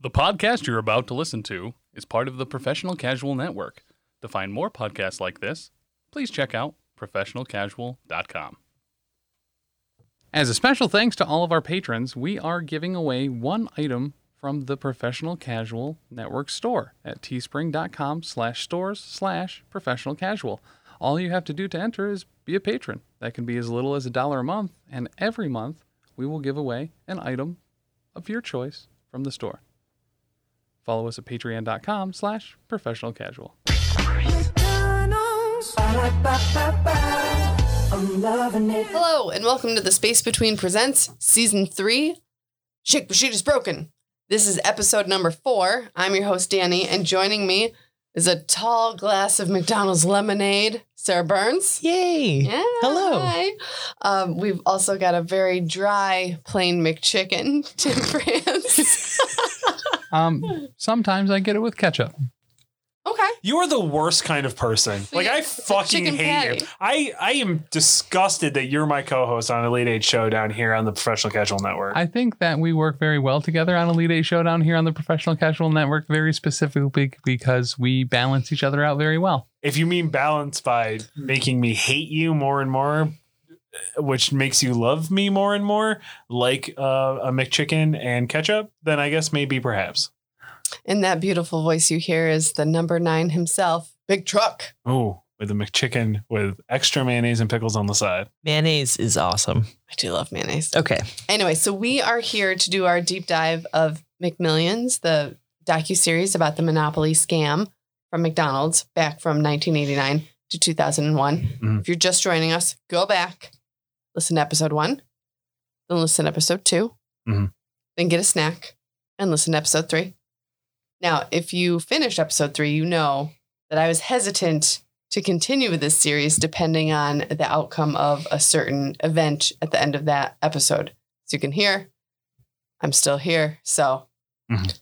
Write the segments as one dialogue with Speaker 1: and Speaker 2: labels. Speaker 1: The podcast you're about to listen to is part of the Professional Casual Network. To find more podcasts like this, please check out professionalcasual.com. As a special thanks to all of our patrons, we are giving away one item from the Professional Casual Network store at teespring.com slash stores slash professional casual. All you have to do to enter is be a patron. That can be as little as a dollar a month, and every month we will give away an item of your choice from the store. Follow us at patreon.com slash professional casual.
Speaker 2: McDonald's. Ba-da-ba-ba-ba. I'm loving it.
Speaker 3: Hello, and welcome to The Space Between Presents, Season 3. Shake Shit is Broken. This is episode number four. I'm your host, Danny, and joining me is a tall glass of McDonald's lemonade, Sarah Burns.
Speaker 4: Yay!
Speaker 3: Yeah.
Speaker 4: Hello.
Speaker 3: Hi. Um, we've also got a very dry plain McChicken, Tim France.
Speaker 1: Um, sometimes I get it with ketchup.
Speaker 3: okay.
Speaker 5: You are the worst kind of person. Like I
Speaker 3: It's a
Speaker 5: fucking
Speaker 3: chicken
Speaker 5: hate
Speaker 3: patty.
Speaker 5: you. I I am disgusted that you're my co-host on Elite Eight Show down here on the Professional Casual Network.
Speaker 1: I think that we work very well together on Elite Eight Showdown here on the Professional Casual Network, very specifically because we balance each other out very well.
Speaker 5: if you mean balance by making me hate you more and more, which makes you love me more and more, like uh, a McChicken and ketchup, then I guess maybe perhaps.
Speaker 3: And that beautiful voice you hear is the number nine himself, Big Truck.
Speaker 5: Oh, with a McChicken with extra mayonnaise and pickles on the side.
Speaker 4: Mayonnaise is awesome.
Speaker 3: I do love mayonnaise.
Speaker 4: Okay.
Speaker 3: Anyway, so we are here to do our deep dive of McMillions, the docu-series about the monopoly scam from McDonald's back from 1989 to 2001.
Speaker 5: Mhm.
Speaker 3: If you're just joining us, go back, listen to episode 1, then listen to episode 2.
Speaker 5: Mhm.
Speaker 3: Then get a snack and listen to episode 3. Now, if you finish episode 3, you know that I was hesitant to continue with this series depending on the outcome of a certain event at the end of that episode. So you can hear, I'm still here. So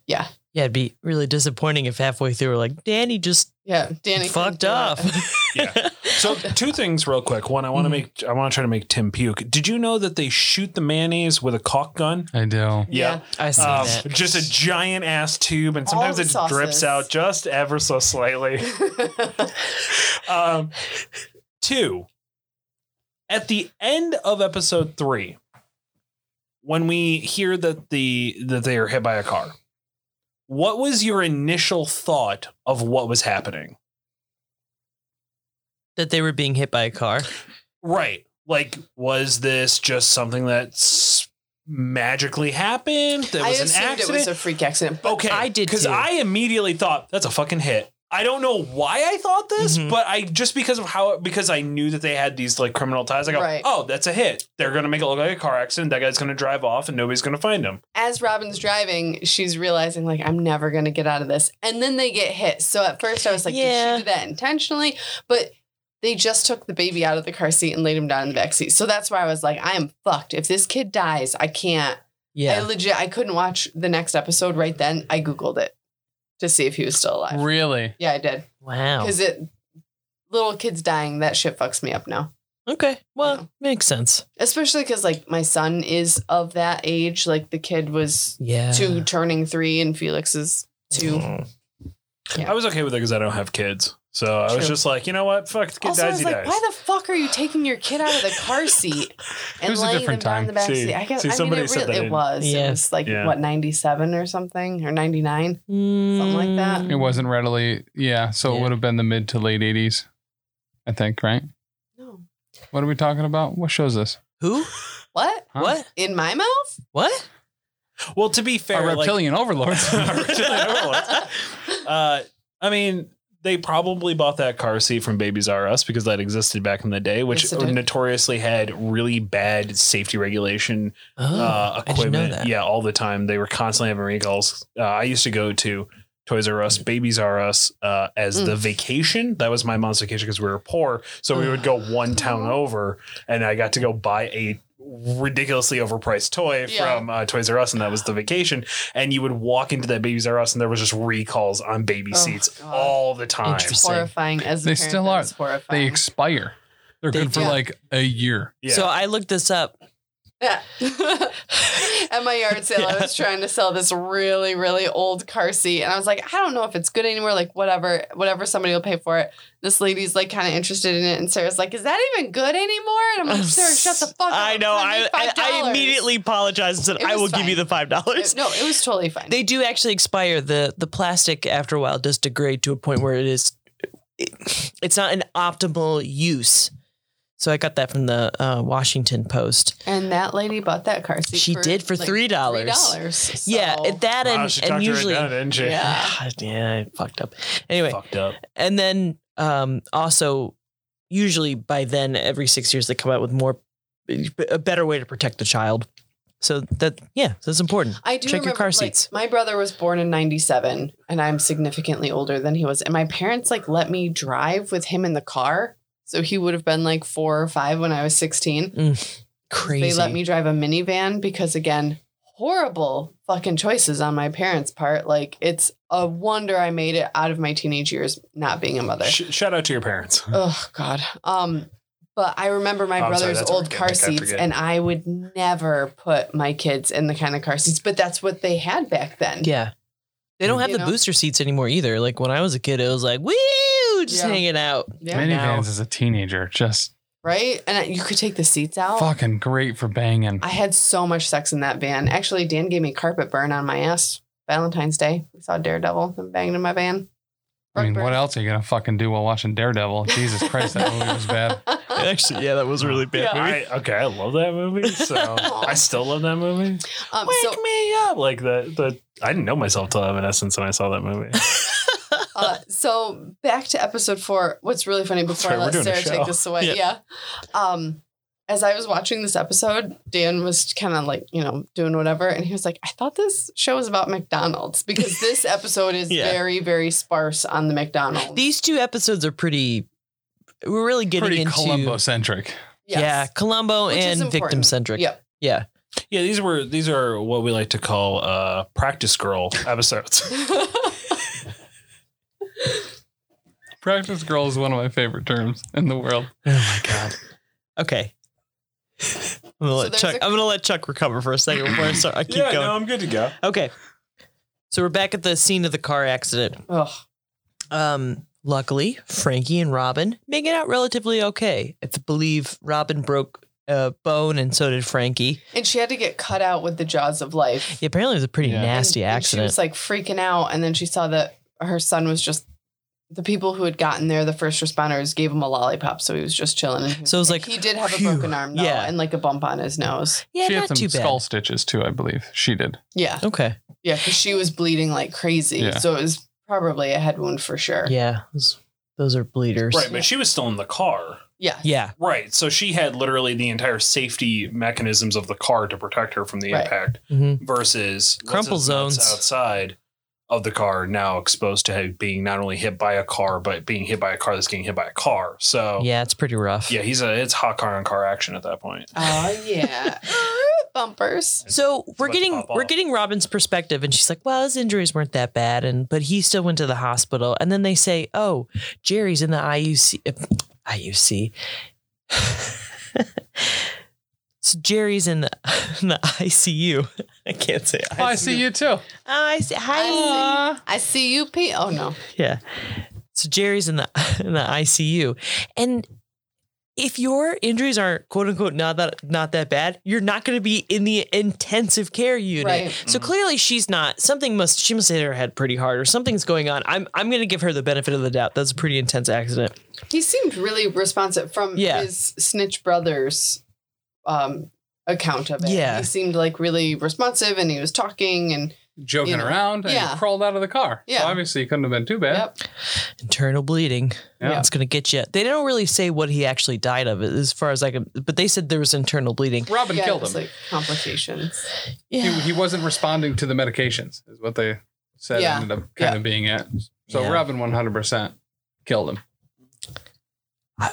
Speaker 4: Yeah, it'd be really disappointing if halfway through we're like, Danny just
Speaker 3: yeah, Danny
Speaker 4: fucked
Speaker 3: up.
Speaker 4: up.
Speaker 5: Yeah. So two things real quick. One, I want to make I want to try to make Tim puke. Did you know that they shoot the mayonnaise with a caulk gun?
Speaker 1: I do.
Speaker 3: Yeah.
Speaker 4: I see
Speaker 5: Um,
Speaker 4: that.
Speaker 5: just a giant ass tube, and
Speaker 3: All
Speaker 5: sometimes
Speaker 3: the
Speaker 5: it
Speaker 3: sauces.
Speaker 5: drips out just ever so slightly. Um, two, at the end of episode three, when we hear that the that they are hit by a car, what was your initial thought of what was happening?
Speaker 4: that they were being hit by a car.
Speaker 5: Right, like was this just something that's magically happened? There
Speaker 3: I
Speaker 5: was an
Speaker 3: assumed
Speaker 5: accident.
Speaker 3: it was a freak accident. But
Speaker 5: Okay,
Speaker 4: I did
Speaker 5: because
Speaker 4: too.
Speaker 5: I immediately thought that's a fucking hit. I don't know why I thought this,
Speaker 3: Mm-hmm.
Speaker 4: Mhm.
Speaker 5: but I just because of how because I knew that they had these like criminal ties. I go,
Speaker 3: Right.
Speaker 5: oh, that's a hit. They're gonna make it look like a car accident. That guy's gonna drive off, and nobody's gonna find him.
Speaker 3: as Robin's driving, she's realizing like I'm never gonna get out of this. And then they get hit. So at first I was like, did
Speaker 4: Yeah.
Speaker 3: she do that intentionally? But they just took the baby out of the car seat and laid him down in the back seat. So that's why I was like, I am fucked. If this kid dies, I can't. I
Speaker 4: Yeah.
Speaker 3: legit I couldn't watch the next episode right then. I Googled it to see if he was still alive.
Speaker 1: Really?
Speaker 3: Yeah, I did.
Speaker 4: Wow.
Speaker 3: Because it little kids dying, that shit fucks me up now.
Speaker 4: Okay.
Speaker 3: Yeah.
Speaker 4: Well, makes sense.
Speaker 3: Especially because like my son is of that age. Like the kid was
Speaker 4: Yeah.
Speaker 3: two turning three and Felix is two.
Speaker 4: Mm.
Speaker 3: Yeah.
Speaker 5: I was okay with it because I don't have kids, so I was
Speaker 3: True.
Speaker 5: just like, you know what, fuck, the kid
Speaker 3: also, I
Speaker 5: dies,
Speaker 3: was
Speaker 5: he
Speaker 3: like,
Speaker 5: dies.
Speaker 3: why the fuck are you taking your kid out of the car seat
Speaker 1: It
Speaker 3: and
Speaker 1: was a
Speaker 3: laying
Speaker 1: different
Speaker 3: them down
Speaker 1: time.
Speaker 3: in the back
Speaker 5: See-
Speaker 3: seat? I guess
Speaker 5: see,
Speaker 3: I mean,
Speaker 5: somebody
Speaker 3: it,
Speaker 5: said
Speaker 3: really,
Speaker 5: that
Speaker 3: it
Speaker 5: in-
Speaker 3: was. It
Speaker 4: Yeah.
Speaker 3: was like
Speaker 5: Yeah.
Speaker 3: what ninety seven or something or ninety nine.
Speaker 5: Mm.
Speaker 3: like that.
Speaker 4: Mm.
Speaker 1: It wasn't readily, yeah. So it
Speaker 4: Yeah.
Speaker 1: would have been the mid to late 80s, I think, right?
Speaker 3: No,
Speaker 1: What are we talking about? What show's this?
Speaker 4: Who?
Speaker 3: what
Speaker 1: Huh?
Speaker 4: What?
Speaker 3: in my mouth?
Speaker 4: What?
Speaker 5: well, to be
Speaker 1: Our
Speaker 5: fair, like,
Speaker 1: reptilian overlords.
Speaker 5: Our reptilian overlords. uh, I mean. They probably bought that car seat from Babies R Us because that existed back in the day, which
Speaker 3: Yes, it did.
Speaker 5: notoriously had really bad safety regulation
Speaker 4: Oh,
Speaker 5: uh,
Speaker 4: I didn't
Speaker 5: equipment.
Speaker 4: know that.
Speaker 5: Yeah, all the time. They were constantly having recalls. Uh, I used to go to Toys R Us, Babies R Us uh, as
Speaker 4: Mm.
Speaker 5: the vacation. That was my mom's vacation because we were poor. So we would go
Speaker 4: Oh.
Speaker 5: one town over and I got to go buy a ridiculously overpriced toy
Speaker 3: Yeah.
Speaker 5: from uh, Toys R Us and that was the vacation. And you would walk into that Babies R Us and there was just recalls on baby
Speaker 3: Oh,
Speaker 5: seats
Speaker 3: God.
Speaker 5: all the time.
Speaker 4: Interesting.
Speaker 3: Horrifying as a
Speaker 1: They
Speaker 3: parent,
Speaker 1: still
Speaker 3: that
Speaker 1: are.
Speaker 3: is Horrifying.
Speaker 1: they expire. They're
Speaker 4: They
Speaker 1: good for
Speaker 3: do.
Speaker 1: like a year.
Speaker 5: Yeah.
Speaker 4: So I looked this up.
Speaker 3: Yeah. At my yard sale, I was trying to sell this really, really old car seat. And I was like, I don't know if it's good anymore. Like, whatever, whatever somebody will pay for it. This lady's like kind of interested in it. And Sarah's like, Is that even good anymore? And I'm like, Sarah, shut the fuck up.
Speaker 4: I know. I,
Speaker 3: Send me
Speaker 4: I, I
Speaker 3: $5."
Speaker 4: immediately apologized and said,
Speaker 3: It
Speaker 4: I
Speaker 3: was
Speaker 4: will give you
Speaker 3: fine.
Speaker 4: the $5.
Speaker 3: It- Uh, no, it was totally fine.
Speaker 4: They do actually expire. The the plastic after a while does degrade to a point where it is it- it's not an optimal use. So I got that from the uh, Washington Post.
Speaker 3: and that lady bought that car seat.
Speaker 4: She
Speaker 3: for,
Speaker 4: did for
Speaker 3: like,
Speaker 4: $3.
Speaker 3: $3. So-
Speaker 4: Yeah, it- that
Speaker 5: Wow,
Speaker 4: and,
Speaker 5: she
Speaker 4: and
Speaker 5: talked
Speaker 4: usually Ah,
Speaker 5: her right down, didn't she?
Speaker 3: Yeah.
Speaker 4: yeah, I fucked up. Anyway,
Speaker 5: Fucked up.
Speaker 4: and then um, also usually by then every six years they come out with more a better way to protect the child. So that yeah, so it's important.
Speaker 3: I do
Speaker 4: Check your
Speaker 3: remember,
Speaker 4: car
Speaker 3: like,
Speaker 4: seats.
Speaker 3: my brother was born in '97, and I'm significantly older than he was. And my parents like let me drive with him in the car, so he would have been like four or five when I was 16.
Speaker 4: Crazy.
Speaker 3: They let me drive a minivan because, again, horrible fucking choices on my parents' part. Like it's a wonder I made it out of my teenage years not being a mother.
Speaker 5: Sh- shout out to your parents.
Speaker 3: Oh God. Um, but I remember my
Speaker 5: Oh, I'm sorry,
Speaker 3: brother's
Speaker 5: that's
Speaker 3: old
Speaker 5: organic,
Speaker 3: car
Speaker 5: I
Speaker 3: seats,
Speaker 5: forget.
Speaker 3: and I would never put my kids in the kind of car seats. But that's what they had back then.
Speaker 4: Yeah. They don't have
Speaker 3: You
Speaker 4: the
Speaker 3: know?
Speaker 4: booster seats anymore either. Like when I was a kid, it was like, woo, just
Speaker 3: Yeah.
Speaker 4: hanging out.
Speaker 3: Yeah.
Speaker 4: now.
Speaker 1: Minivans as a teenager, just
Speaker 3: Right? And I- you could take the seats out.
Speaker 1: fucking great for banging.
Speaker 3: I had so much sex in that van. Actually, Dan gave me carpet burn on my ass Valentine's Day. We saw Daredevil and banged in my van.
Speaker 1: I mean,
Speaker 3: Rug burn.
Speaker 1: what else are you gonna fucking do while watching Daredevil? Jesus Christ, that movie was bad.
Speaker 4: Actually, yeah, that was really bad.
Speaker 3: Yeah.
Speaker 5: I, okay, I love that movie. So I still love that movie.
Speaker 3: Um,
Speaker 5: Wake
Speaker 3: so
Speaker 5: me up! Like the the I didn't know myself till Evanescence, and I saw that movie.
Speaker 3: Uh, so back to episode four. What's really funny before
Speaker 5: right,
Speaker 3: I
Speaker 5: we're
Speaker 3: let
Speaker 5: doing a
Speaker 3: Sarah
Speaker 5: show.
Speaker 3: take this away, yeah. Um, as I was watching this episode, Dan was kind of like you know doing whatever, and he was like, "I thought this show was about McDonald's because this episode is
Speaker 4: Yeah.
Speaker 3: very very sparse on the McDonald's."
Speaker 4: These two episodes are pretty, we're really getting
Speaker 1: Pretty
Speaker 4: into.
Speaker 1: Columbo centric.
Speaker 3: Yes.
Speaker 4: Yeah, Columbo
Speaker 3: Which is
Speaker 4: and
Speaker 3: important.
Speaker 4: victim centric.
Speaker 3: Yep.
Speaker 4: Yeah.
Speaker 5: Yeah, these were these are what we like to call uh practice girl episodes.
Speaker 1: Practice girl is one of my favorite terms in the world.
Speaker 5: oh my god.
Speaker 4: Okay. I'm gonna
Speaker 3: So
Speaker 4: let
Speaker 3: there's
Speaker 4: Chuck.
Speaker 3: a-
Speaker 4: I'm gonna let Chuck recover for a second before I start. I keep
Speaker 5: yeah,
Speaker 4: going.
Speaker 5: no, I'm good to go.
Speaker 4: Okay. So we're back at the scene of the car accident.
Speaker 3: Ugh.
Speaker 4: Um, luckily, Frankie and Robin make it out relatively okay. I believe Robin broke a bone, and so did Frankie.
Speaker 3: And she had to get cut out with the jaws of life.
Speaker 4: Yeah, apparently, it was a pretty
Speaker 1: Yeah.
Speaker 4: nasty
Speaker 3: And- and
Speaker 4: accident.
Speaker 3: she was like freaking out, and then she saw that her son was just the people who had gotten there, the first responders, gave him a lollipop, so he was just chilling. And he
Speaker 4: So it was like,
Speaker 3: he did have a
Speaker 4: phew,
Speaker 3: broken arm, though,
Speaker 4: yeah.
Speaker 3: and like a bump on his nose.
Speaker 4: yeah,
Speaker 1: she had
Speaker 4: not
Speaker 1: some
Speaker 4: too bad.
Speaker 1: skull stitches too, I believe. She did.
Speaker 3: Yeah,
Speaker 4: Okay.
Speaker 3: yeah, because she was bleeding like crazy,
Speaker 1: Yeah.
Speaker 3: so it was probably a head wound for sure.
Speaker 4: Yeah, those, those are bleeders.
Speaker 5: Right, but she was still in the car.
Speaker 3: yeah,
Speaker 4: Yeah.
Speaker 5: Right. So she had literally the entire safety mechanisms of the car to protect her from the
Speaker 3: Right.
Speaker 5: impact
Speaker 4: hmm
Speaker 5: versus what's
Speaker 4: Crumple
Speaker 5: his nuts
Speaker 4: zones.
Speaker 5: outside of the car now exposed to being not only hit by a car but being hit by a car that's getting hit by a car. So
Speaker 4: Yeah, it's pretty rough.
Speaker 5: Oh. yeah, he's a it's hot car on car action at that point.
Speaker 3: oh yeah, bumpers.
Speaker 4: So we're
Speaker 5: about to
Speaker 4: getting
Speaker 5: pop
Speaker 4: we're
Speaker 5: off.
Speaker 4: getting Robin's perspective, and she's like, "Well, his injuries weren't that bad, and but he still went to the hospital." And then they say, "Oh, Jerry's in the IUC." uh, IUC. so Jerry's in the, in the ICU. I can't say.
Speaker 1: I see you too.
Speaker 4: I see. Hi.
Speaker 5: Ah.
Speaker 1: Aw.
Speaker 3: I see you, Pete. Oh no,
Speaker 4: Yeah. So Jerry's in the in the ICU, and if your injuries are quote unquote not that not that bad, you're not going to be in the intensive care unit.
Speaker 3: Right.
Speaker 4: So
Speaker 5: Mhm.
Speaker 4: clearly she's not. Something must she must hit her head pretty hard, or something's going on. I'm I'm going to give her the benefit of the doubt. That's a pretty intense accident.
Speaker 3: he seemed really responsive from
Speaker 4: Yeah.
Speaker 3: his snitch brothers. Um, account of it
Speaker 4: Yeah.
Speaker 3: he seemed like really responsive and he was talking and
Speaker 1: Joking
Speaker 3: You know.
Speaker 1: around and
Speaker 3: Yeah.
Speaker 1: crawled out of the car.
Speaker 3: Yeah.
Speaker 1: So obviously it couldn't have been too bad.
Speaker 3: yep
Speaker 4: Internal bleeding.
Speaker 1: Yeah.
Speaker 4: It's going to get you. They don't really say what he actually died of, as far as I can. But they said there was internal bleeding.
Speaker 1: Robin
Speaker 3: yeah, it
Speaker 1: killed
Speaker 3: was
Speaker 1: him.
Speaker 3: like complications
Speaker 1: he, he wasn't responding to the medications, is what they said
Speaker 3: Yeah.
Speaker 1: ended up kind
Speaker 3: Yeah.
Speaker 1: of being it. So
Speaker 4: Yeah.
Speaker 1: Robin 100% killed him.
Speaker 5: I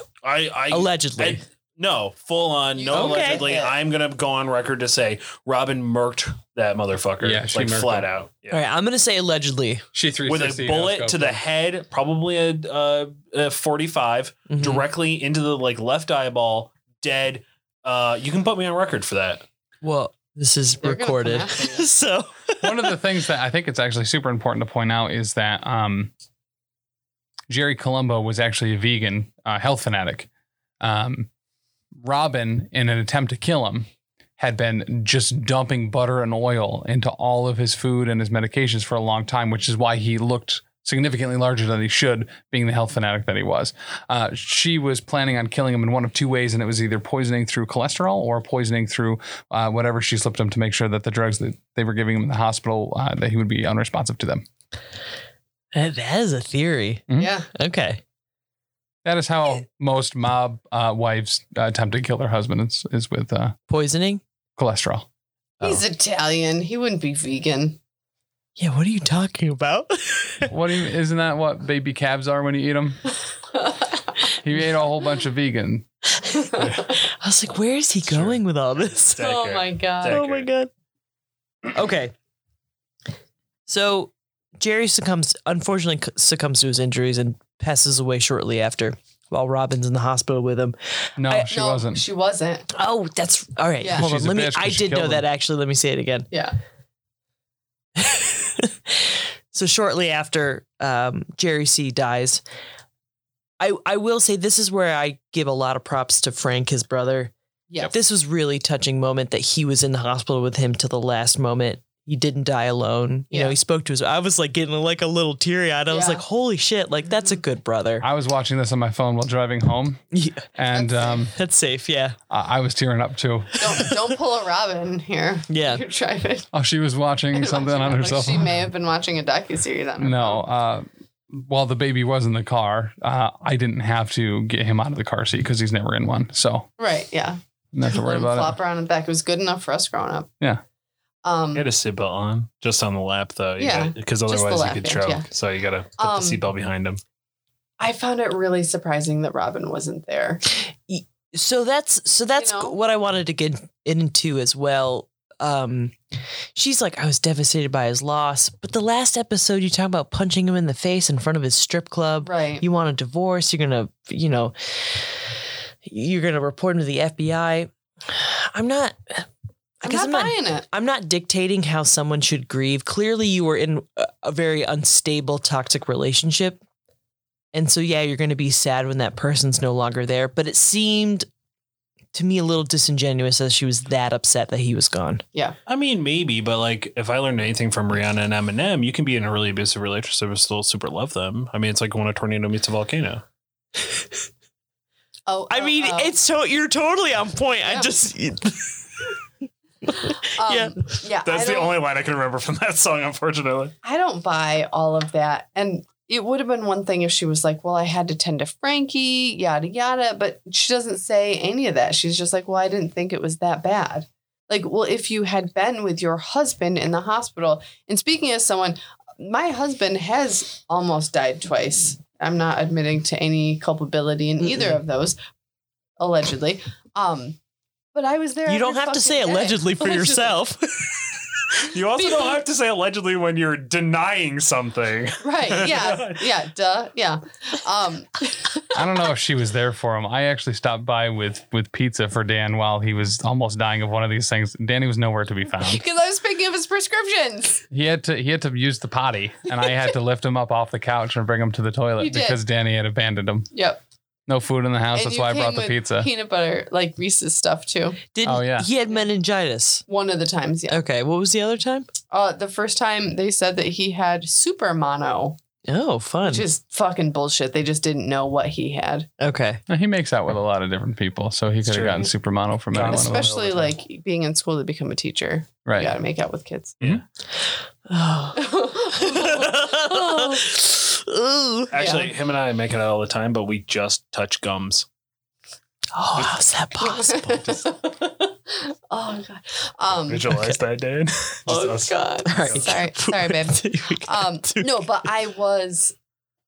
Speaker 5: I
Speaker 4: Allegedly.
Speaker 5: I- no, full on, no
Speaker 3: Okay.
Speaker 5: allegedly. I'm gonna go on record to say Robin murked that motherfucker.
Speaker 1: Yeah, she
Speaker 5: like
Speaker 1: murked
Speaker 5: flat
Speaker 1: him.
Speaker 5: out. Yeah.
Speaker 4: All right, I'm going to say allegedly.
Speaker 1: She
Speaker 5: With
Speaker 1: 360
Speaker 5: a bullet to the head, probably a, uh, a 45,
Speaker 4: Mhm.
Speaker 5: directly into the like left eyeball, dead. Uh, you can put me on record for that.
Speaker 4: Well, this is
Speaker 3: They're gonna come
Speaker 4: recorded.
Speaker 3: after you.
Speaker 4: so
Speaker 1: One of the things that I think it's actually super important to point out is that um, Jerry Colombo was actually a vegan, uh, health fanatic. Um, Robin, in an attempt to kill him, had been just dumping butter and oil into all of his food and his medications for a long time, which is why he looked significantly larger than he should, being the health fanatic that he was. Uh, she was planning on killing him in one of two ways, and it was either poisoning through cholesterol or poisoning through uh, whatever she slipped him to make sure that the drugs that they were giving him in the hospital uh, that he would be unresponsive to them.
Speaker 4: that that is a theory.
Speaker 1: Mhm.
Speaker 3: Yeah.
Speaker 4: Okay.
Speaker 1: That is how most mob uh, wives uh, attempt to kill their husbands is, is with uh,
Speaker 4: Poisoning?
Speaker 1: cholesterol.
Speaker 4: Oh.
Speaker 3: He's Italian. He wouldn't be vegan.
Speaker 4: Yeah, what are you talking about?
Speaker 1: What do you, isn't that what baby calves are when you eat them? He ate a whole bunch of vegan.
Speaker 4: I was like, where is he
Speaker 5: Sure.
Speaker 4: going with all this?
Speaker 3: oh my god.
Speaker 5: That-
Speaker 4: Oh my god. Okay. So Jerry succumbs, unfortunately, c- succumbs to his injuries and passes away shortly after, while Robin's in the hospital with him.
Speaker 1: No,
Speaker 4: I-
Speaker 1: she
Speaker 3: No,
Speaker 1: wasn't.
Speaker 3: She wasn't.
Speaker 4: Oh, that's all right.
Speaker 3: Yeah.
Speaker 4: Hold on.
Speaker 1: She's a
Speaker 4: Let me.
Speaker 1: bitch 'cause
Speaker 4: I
Speaker 1: she
Speaker 4: did know
Speaker 1: killed
Speaker 4: that
Speaker 1: him.
Speaker 4: actually. Let me say it again.
Speaker 3: Yeah.
Speaker 4: so shortly after um, Jerry C dies, I I will say this is where I give a lot of props to Frank, his brother.
Speaker 3: Yes.
Speaker 4: This was really touching moment that he was in the hospital with him to the last moment. He didn't die alone. You know,
Speaker 3: Yeah.
Speaker 4: he spoke to his. I was like getting like a little teary eyed. I
Speaker 3: Yeah.
Speaker 4: was
Speaker 3: Mm-hmm.
Speaker 4: like, "Holy shit! Like that's a good brother.
Speaker 1: I was watching this on my phone while driving home,
Speaker 4: Yeah,
Speaker 1: and
Speaker 3: That's-
Speaker 1: um,
Speaker 4: that's safe. Yeah,
Speaker 1: I I was tearing up too.
Speaker 3: Don't don't pull a Robin here.
Speaker 4: yeah.
Speaker 3: You're driving.
Speaker 1: Oh, she was watching something on
Speaker 3: Like,
Speaker 1: herself.
Speaker 3: She may have been watching a docu series on her.
Speaker 1: No. Uh, while the baby was in the car, uh, I didn't have to get him out of the car seat because he's never in one. So
Speaker 3: Right. Yeah.
Speaker 1: not to worry
Speaker 3: Let him
Speaker 1: about
Speaker 3: flop
Speaker 1: it.
Speaker 3: around in the back. It was good enough for us growing up.
Speaker 1: Yeah.
Speaker 3: Um.
Speaker 5: Get a seatbelt on, just on the lap though.
Speaker 3: Yeah,
Speaker 5: because
Speaker 3: the
Speaker 5: otherwise you
Speaker 3: lap
Speaker 5: could
Speaker 3: end,
Speaker 5: choke.
Speaker 3: yeah.
Speaker 5: So you gotta put
Speaker 3: Um,
Speaker 5: the seatbelt behind him.
Speaker 3: I found it really surprising that Robin wasn't there.
Speaker 4: so that's so that's
Speaker 3: know?
Speaker 4: what I wanted to get into as well. Um, she's like, I was devastated by his loss, but the last episode you talk about punching him in the face in front of his strip club.
Speaker 3: Right.
Speaker 4: You want a divorce? You're gonna, you know, you're gonna report him to the FBI. I'm not. I
Speaker 3: I'm not
Speaker 4: guess I'm not.
Speaker 3: buying it.
Speaker 4: I'm not dictating how someone should grieve. Clearly, you were in a- a very unstable, toxic relationship. And so, yeah, you're going to be sad when that person's no longer there. But it seemed to me a little disingenuous that she was that upset that he was gone.
Speaker 5: I mean, maybe, but like, if I learned anything from Rihanna and Eminem, you can be in a really abusive relationship and still super love them. I mean, it's like when a tornado meets a volcano.
Speaker 3: Oh,
Speaker 4: I
Speaker 3: oh,
Speaker 4: mean,
Speaker 3: oh.
Speaker 4: it's so you're totally on point. I
Speaker 3: Yeah.
Speaker 4: just
Speaker 3: Um,
Speaker 4: yeah.
Speaker 3: yeah.
Speaker 5: That's
Speaker 3: I
Speaker 5: the
Speaker 3: don't-
Speaker 5: only line I can remember from that song, unfortunately.
Speaker 3: I don't buy all of that. And it would have been one thing if she was like, well, I had to tend to Frankie, yada, yada. But she doesn't say any of that. She's just like, well, I didn't think it was that bad. Like, well, if you had been with your husband in the hospital, and speaking as someone, my husband has almost died twice. I'm not admitting to any culpability in either of those, allegedly. Um, but I was there.
Speaker 4: you don't
Speaker 3: every
Speaker 4: have to
Speaker 3: fucking
Speaker 4: say
Speaker 3: day.
Speaker 4: allegedly for yourself.
Speaker 5: You also don't have to say allegedly when you're denying something.
Speaker 3: right? Yeah, yeah, duh, yeah. Um,
Speaker 1: I don't know if she was there for him. I actually stopped by with with pizza for Dan while he was almost dying of one of these things. Danny was nowhere
Speaker 3: Oh
Speaker 1: to be found.
Speaker 3: Because I was picking up his prescriptions.
Speaker 1: He had to he had to use the potty, and I had to lift him up off the couch and bring him to the
Speaker 3: You
Speaker 1: toilet
Speaker 3: did.
Speaker 1: because Danny had abandoned him.
Speaker 3: Yep.
Speaker 1: No food in the house.
Speaker 3: And
Speaker 1: that's
Speaker 3: you
Speaker 1: why I
Speaker 3: came
Speaker 1: brought the
Speaker 3: with
Speaker 1: pizza.
Speaker 3: Peanut butter, like Reese's stuff too.
Speaker 4: Didn't
Speaker 1: Oh, yeah.
Speaker 4: he had meningitis?
Speaker 3: One of the times, yeah.
Speaker 4: Okay, what was the other time?
Speaker 3: Uh, the first time they said that he had super mono,
Speaker 4: Oh, fun.
Speaker 3: which is fucking bullshit. They just didn't know what he had,
Speaker 4: okay,
Speaker 1: Now, he makes out with a lot of different people, so he could have
Speaker 5: true.
Speaker 1: gotten supermodel from anyone.
Speaker 5: Especially-
Speaker 3: especially like being in school to become a teacher.
Speaker 1: right.
Speaker 3: You gotta make out with kids. Oh.
Speaker 4: Ooh.
Speaker 5: Actually, him and I make it out all the time, but we just touch gums.
Speaker 4: Oh, how's that possible?
Speaker 3: oh god. Um,
Speaker 5: Visualize that, dude.
Speaker 3: oh god.
Speaker 4: Alright.
Speaker 3: Sorry, sorry, babe. um no but i was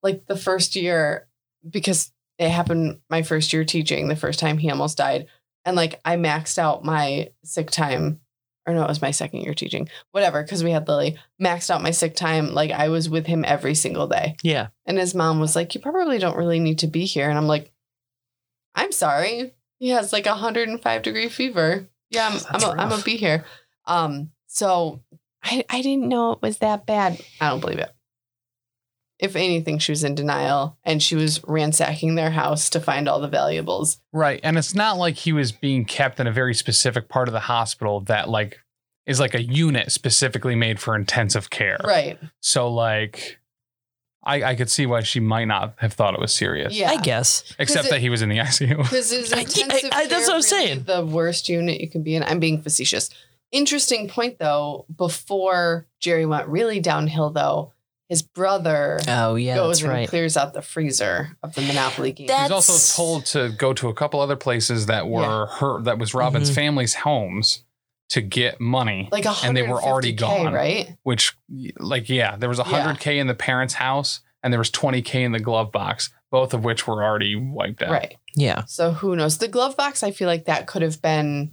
Speaker 3: like the first year because it happened my first year teaching the first time he almost died and like i maxed out my sick time or no it was my second year teaching whatever because we had lily maxed out my sick time like i was with him every single day
Speaker 4: yeah.
Speaker 3: and his mom was like you probably don't really need to be here and i'm like i'm sorry he has like a 105 degree fever Yeah, I'm I'm
Speaker 5: That's
Speaker 3: a, I'm a
Speaker 5: rough.
Speaker 3: bee here. Um, so I I didn't know it was that bad. I don't believe it. If anything, she was in denial and she was ransacking their house to find all the valuables.
Speaker 1: Right. And it's not like he was being kept in a very specific part of the hospital that like is like a unit specifically made for intensive care.
Speaker 3: Right.
Speaker 1: So like I, I could see why she might not have thought it was serious.
Speaker 3: Yeah.
Speaker 4: I guess.
Speaker 1: Except
Speaker 3: it-
Speaker 1: that he was in the ICU.
Speaker 3: Because is
Speaker 4: I- I-
Speaker 3: intensive
Speaker 4: I- that's
Speaker 3: care
Speaker 4: what I'm
Speaker 3: really
Speaker 4: saying.
Speaker 3: The worst unit you can be in. I'm being facetious. Interesting point though. Before Jerry went really downhill though, his brother
Speaker 4: Oh yeah,
Speaker 3: goes
Speaker 4: that's
Speaker 3: and
Speaker 4: right.
Speaker 3: clears out the freezer of the Monopoly game.
Speaker 1: He was
Speaker 4: That- That's-
Speaker 1: also told to go to a couple other places that were her that was Robin's
Speaker 4: Mhm.
Speaker 1: family's homes to get money.
Speaker 3: like a
Speaker 1: and they were already gone.
Speaker 3: right?
Speaker 1: which like yeah there was
Speaker 3: Yeah.
Speaker 1: 100k in the parents house and there was 20k in the glove box both of which were already wiped out
Speaker 3: Right.
Speaker 4: Yeah.
Speaker 3: So who knows? The glove box, I feel like that could have been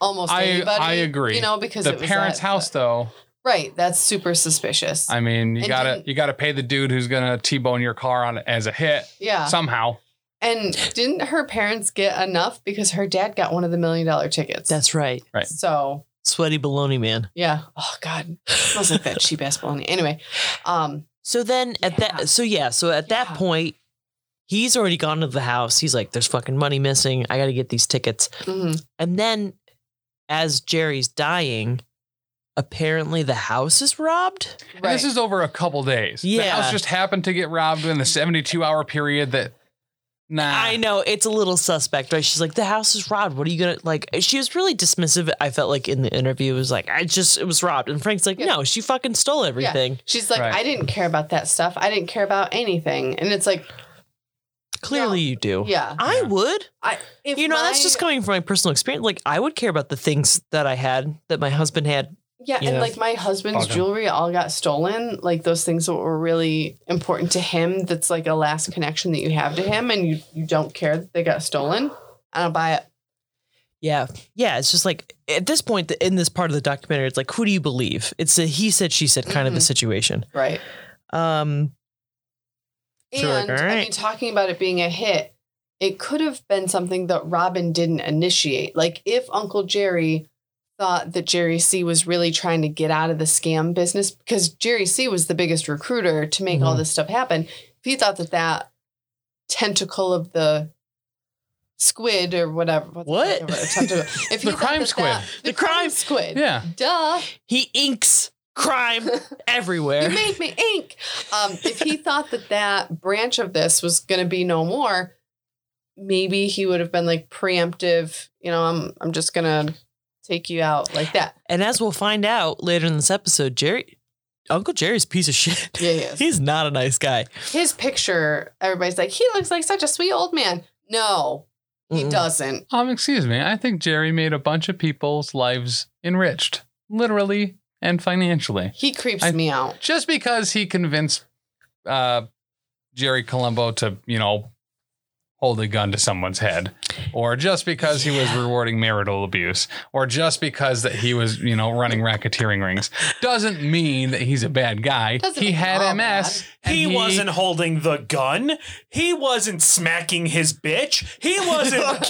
Speaker 3: almost
Speaker 1: I-
Speaker 3: anybody.
Speaker 1: I agree.
Speaker 3: You know, because
Speaker 1: the
Speaker 3: it was
Speaker 1: parents
Speaker 3: that-
Speaker 1: house though
Speaker 3: Right. That's super suspicious.
Speaker 1: i mean you
Speaker 3: And
Speaker 1: gotta
Speaker 3: didn't-
Speaker 1: you gotta pay the dude who's gonna t-bone your car on as a hit
Speaker 3: yeah.
Speaker 1: somehow
Speaker 3: and didn't her parents get enough because her dad got one of the million dollar tickets?
Speaker 4: That's right.
Speaker 1: right.
Speaker 3: so
Speaker 4: Sweaty baloney man.
Speaker 3: yeah. Oh God. smells like that cheap ass baloney. Anyway. Um
Speaker 4: So then at
Speaker 3: Yeah.
Speaker 4: that so yeah, so at
Speaker 3: Yeah.
Speaker 4: that point he's already gone to the house. He's like there's fucking money missing. I got to get these tickets.
Speaker 3: mhm.
Speaker 4: And then as Jerry's dying, apparently the house is robbed.
Speaker 1: And
Speaker 3: right.
Speaker 1: this is over a couple days the
Speaker 4: Yeah.
Speaker 1: house just happened to get robbed in the 72 hour period that nah
Speaker 4: I know it's a little suspect, right? She's like, the house is robbed. What are you gonna like? She was really dismissive. I felt like in the interview it was like, I just it was robbed, and Frank's like,
Speaker 3: Yeah.
Speaker 4: no, she fucking stole everything.
Speaker 3: She's like,
Speaker 1: Right.
Speaker 3: I didn't care about that stuff. I didn't care about anything. And it's like,
Speaker 4: Clearly, you do.
Speaker 3: yeah.
Speaker 4: I
Speaker 1: Yeah.
Speaker 4: would.
Speaker 3: I if
Speaker 4: you know,
Speaker 3: my-
Speaker 4: that's just coming from my personal experience. Like, I would care about the things that I had that my husband had.
Speaker 3: Yeah,
Speaker 4: you
Speaker 3: and
Speaker 4: know?
Speaker 3: like my husband's
Speaker 1: Okay.
Speaker 3: jewelry all got stolen. Like those things that were really important to him. That's like a last connection that you have to him, and you you don't care that they got stolen. I don't buy it.
Speaker 4: Yeah, yeah. It's just like at this point the- in this part of the documentary, it's like, who do you believe? It's a he said, she said kind of a
Speaker 3: Mhm.
Speaker 4: situation.
Speaker 3: Right.
Speaker 4: Um, So
Speaker 3: And
Speaker 4: you're like, "All
Speaker 3: I
Speaker 4: right."
Speaker 3: mean, talking about it being a hit, it could have been something that Robin didn't initiate. Like if Uncle Jerry thought that Jerry C was really trying to get out of the scam business, because Jerry C was the biggest recruiter to make all
Speaker 4: Mhm.
Speaker 3: this stuff happen. If he thought that that tentacle of the squid or whatever, what's
Speaker 4: What?
Speaker 3: the tentacle? If
Speaker 1: The
Speaker 3: thought
Speaker 1: crime
Speaker 3: that
Speaker 1: squid.
Speaker 3: that- the,
Speaker 4: The
Speaker 3: crime,
Speaker 4: crime-
Speaker 3: squid,
Speaker 1: yeah
Speaker 3: duh,
Speaker 4: he inks crime everywhere.
Speaker 3: you made me ink. Um, if he thought that that branch of this was going to be no more, maybe he would have been like preemptive. You know, I'm I'm just going to take you out like that.
Speaker 4: And as we'll find out later in this episode, Jerry, Uncle Jerry's a piece of shit.
Speaker 3: Yeah, he is.
Speaker 4: He's not a nice guy.
Speaker 3: His picture, everybody's like, he looks like such a sweet old man. No, he
Speaker 4: Mm-mm.
Speaker 3: doesn't.
Speaker 1: um excuse me i think jerry made a bunch of people's lives enriched literally and financially
Speaker 3: He creeps
Speaker 1: I-
Speaker 3: me out.
Speaker 1: just because he convinced uh, Jerry Colombo to, you know, hold a gun to someone's head, or just because he was rewarding marital abuse, or just because that he was, you know, running racketeering rings, doesn't mean that he's a bad guy.
Speaker 3: Doesn't
Speaker 1: he
Speaker 3: make him
Speaker 1: had
Speaker 3: all
Speaker 1: MS. and
Speaker 5: He wasn't holding the gun. He wasn't smacking his bitch. He wasn't.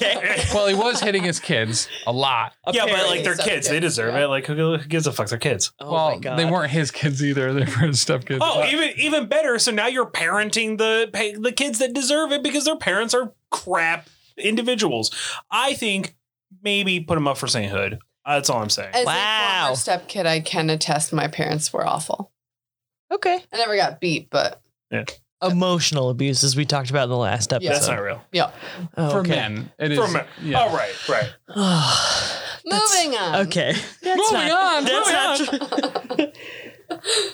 Speaker 1: Well, he was hitting his kids a lot.
Speaker 5: yeah, but like
Speaker 4: Apparently.
Speaker 5: they're kids. They deserve it. Like who, who gives a fuck? They're kids.
Speaker 4: Oh
Speaker 1: well,
Speaker 4: my God.
Speaker 1: they weren't his kids either. They were his stepkids.
Speaker 5: Oh,
Speaker 1: But-
Speaker 5: even even better. So now you're parenting the pa- the kids that deserve it because their parents are crap individuals. I think maybe put them up for sainthood. Uh, that's all I'm saying.
Speaker 3: As
Speaker 4: Wow.
Speaker 3: a former stepkid, I can attest my parents were awful.
Speaker 4: Okay.
Speaker 3: I never got beat, but
Speaker 4: Emotional abuse, as we talked about in the last episode.
Speaker 5: that's not real.
Speaker 3: yeah.
Speaker 4: Oh,
Speaker 1: for
Speaker 4: okay. Oh.
Speaker 1: men, it is.
Speaker 5: For me.
Speaker 1: yeah.
Speaker 5: All right, right.
Speaker 4: That's-
Speaker 3: Moving on.
Speaker 4: Okay. That's
Speaker 1: Moving on, moving
Speaker 4: not true.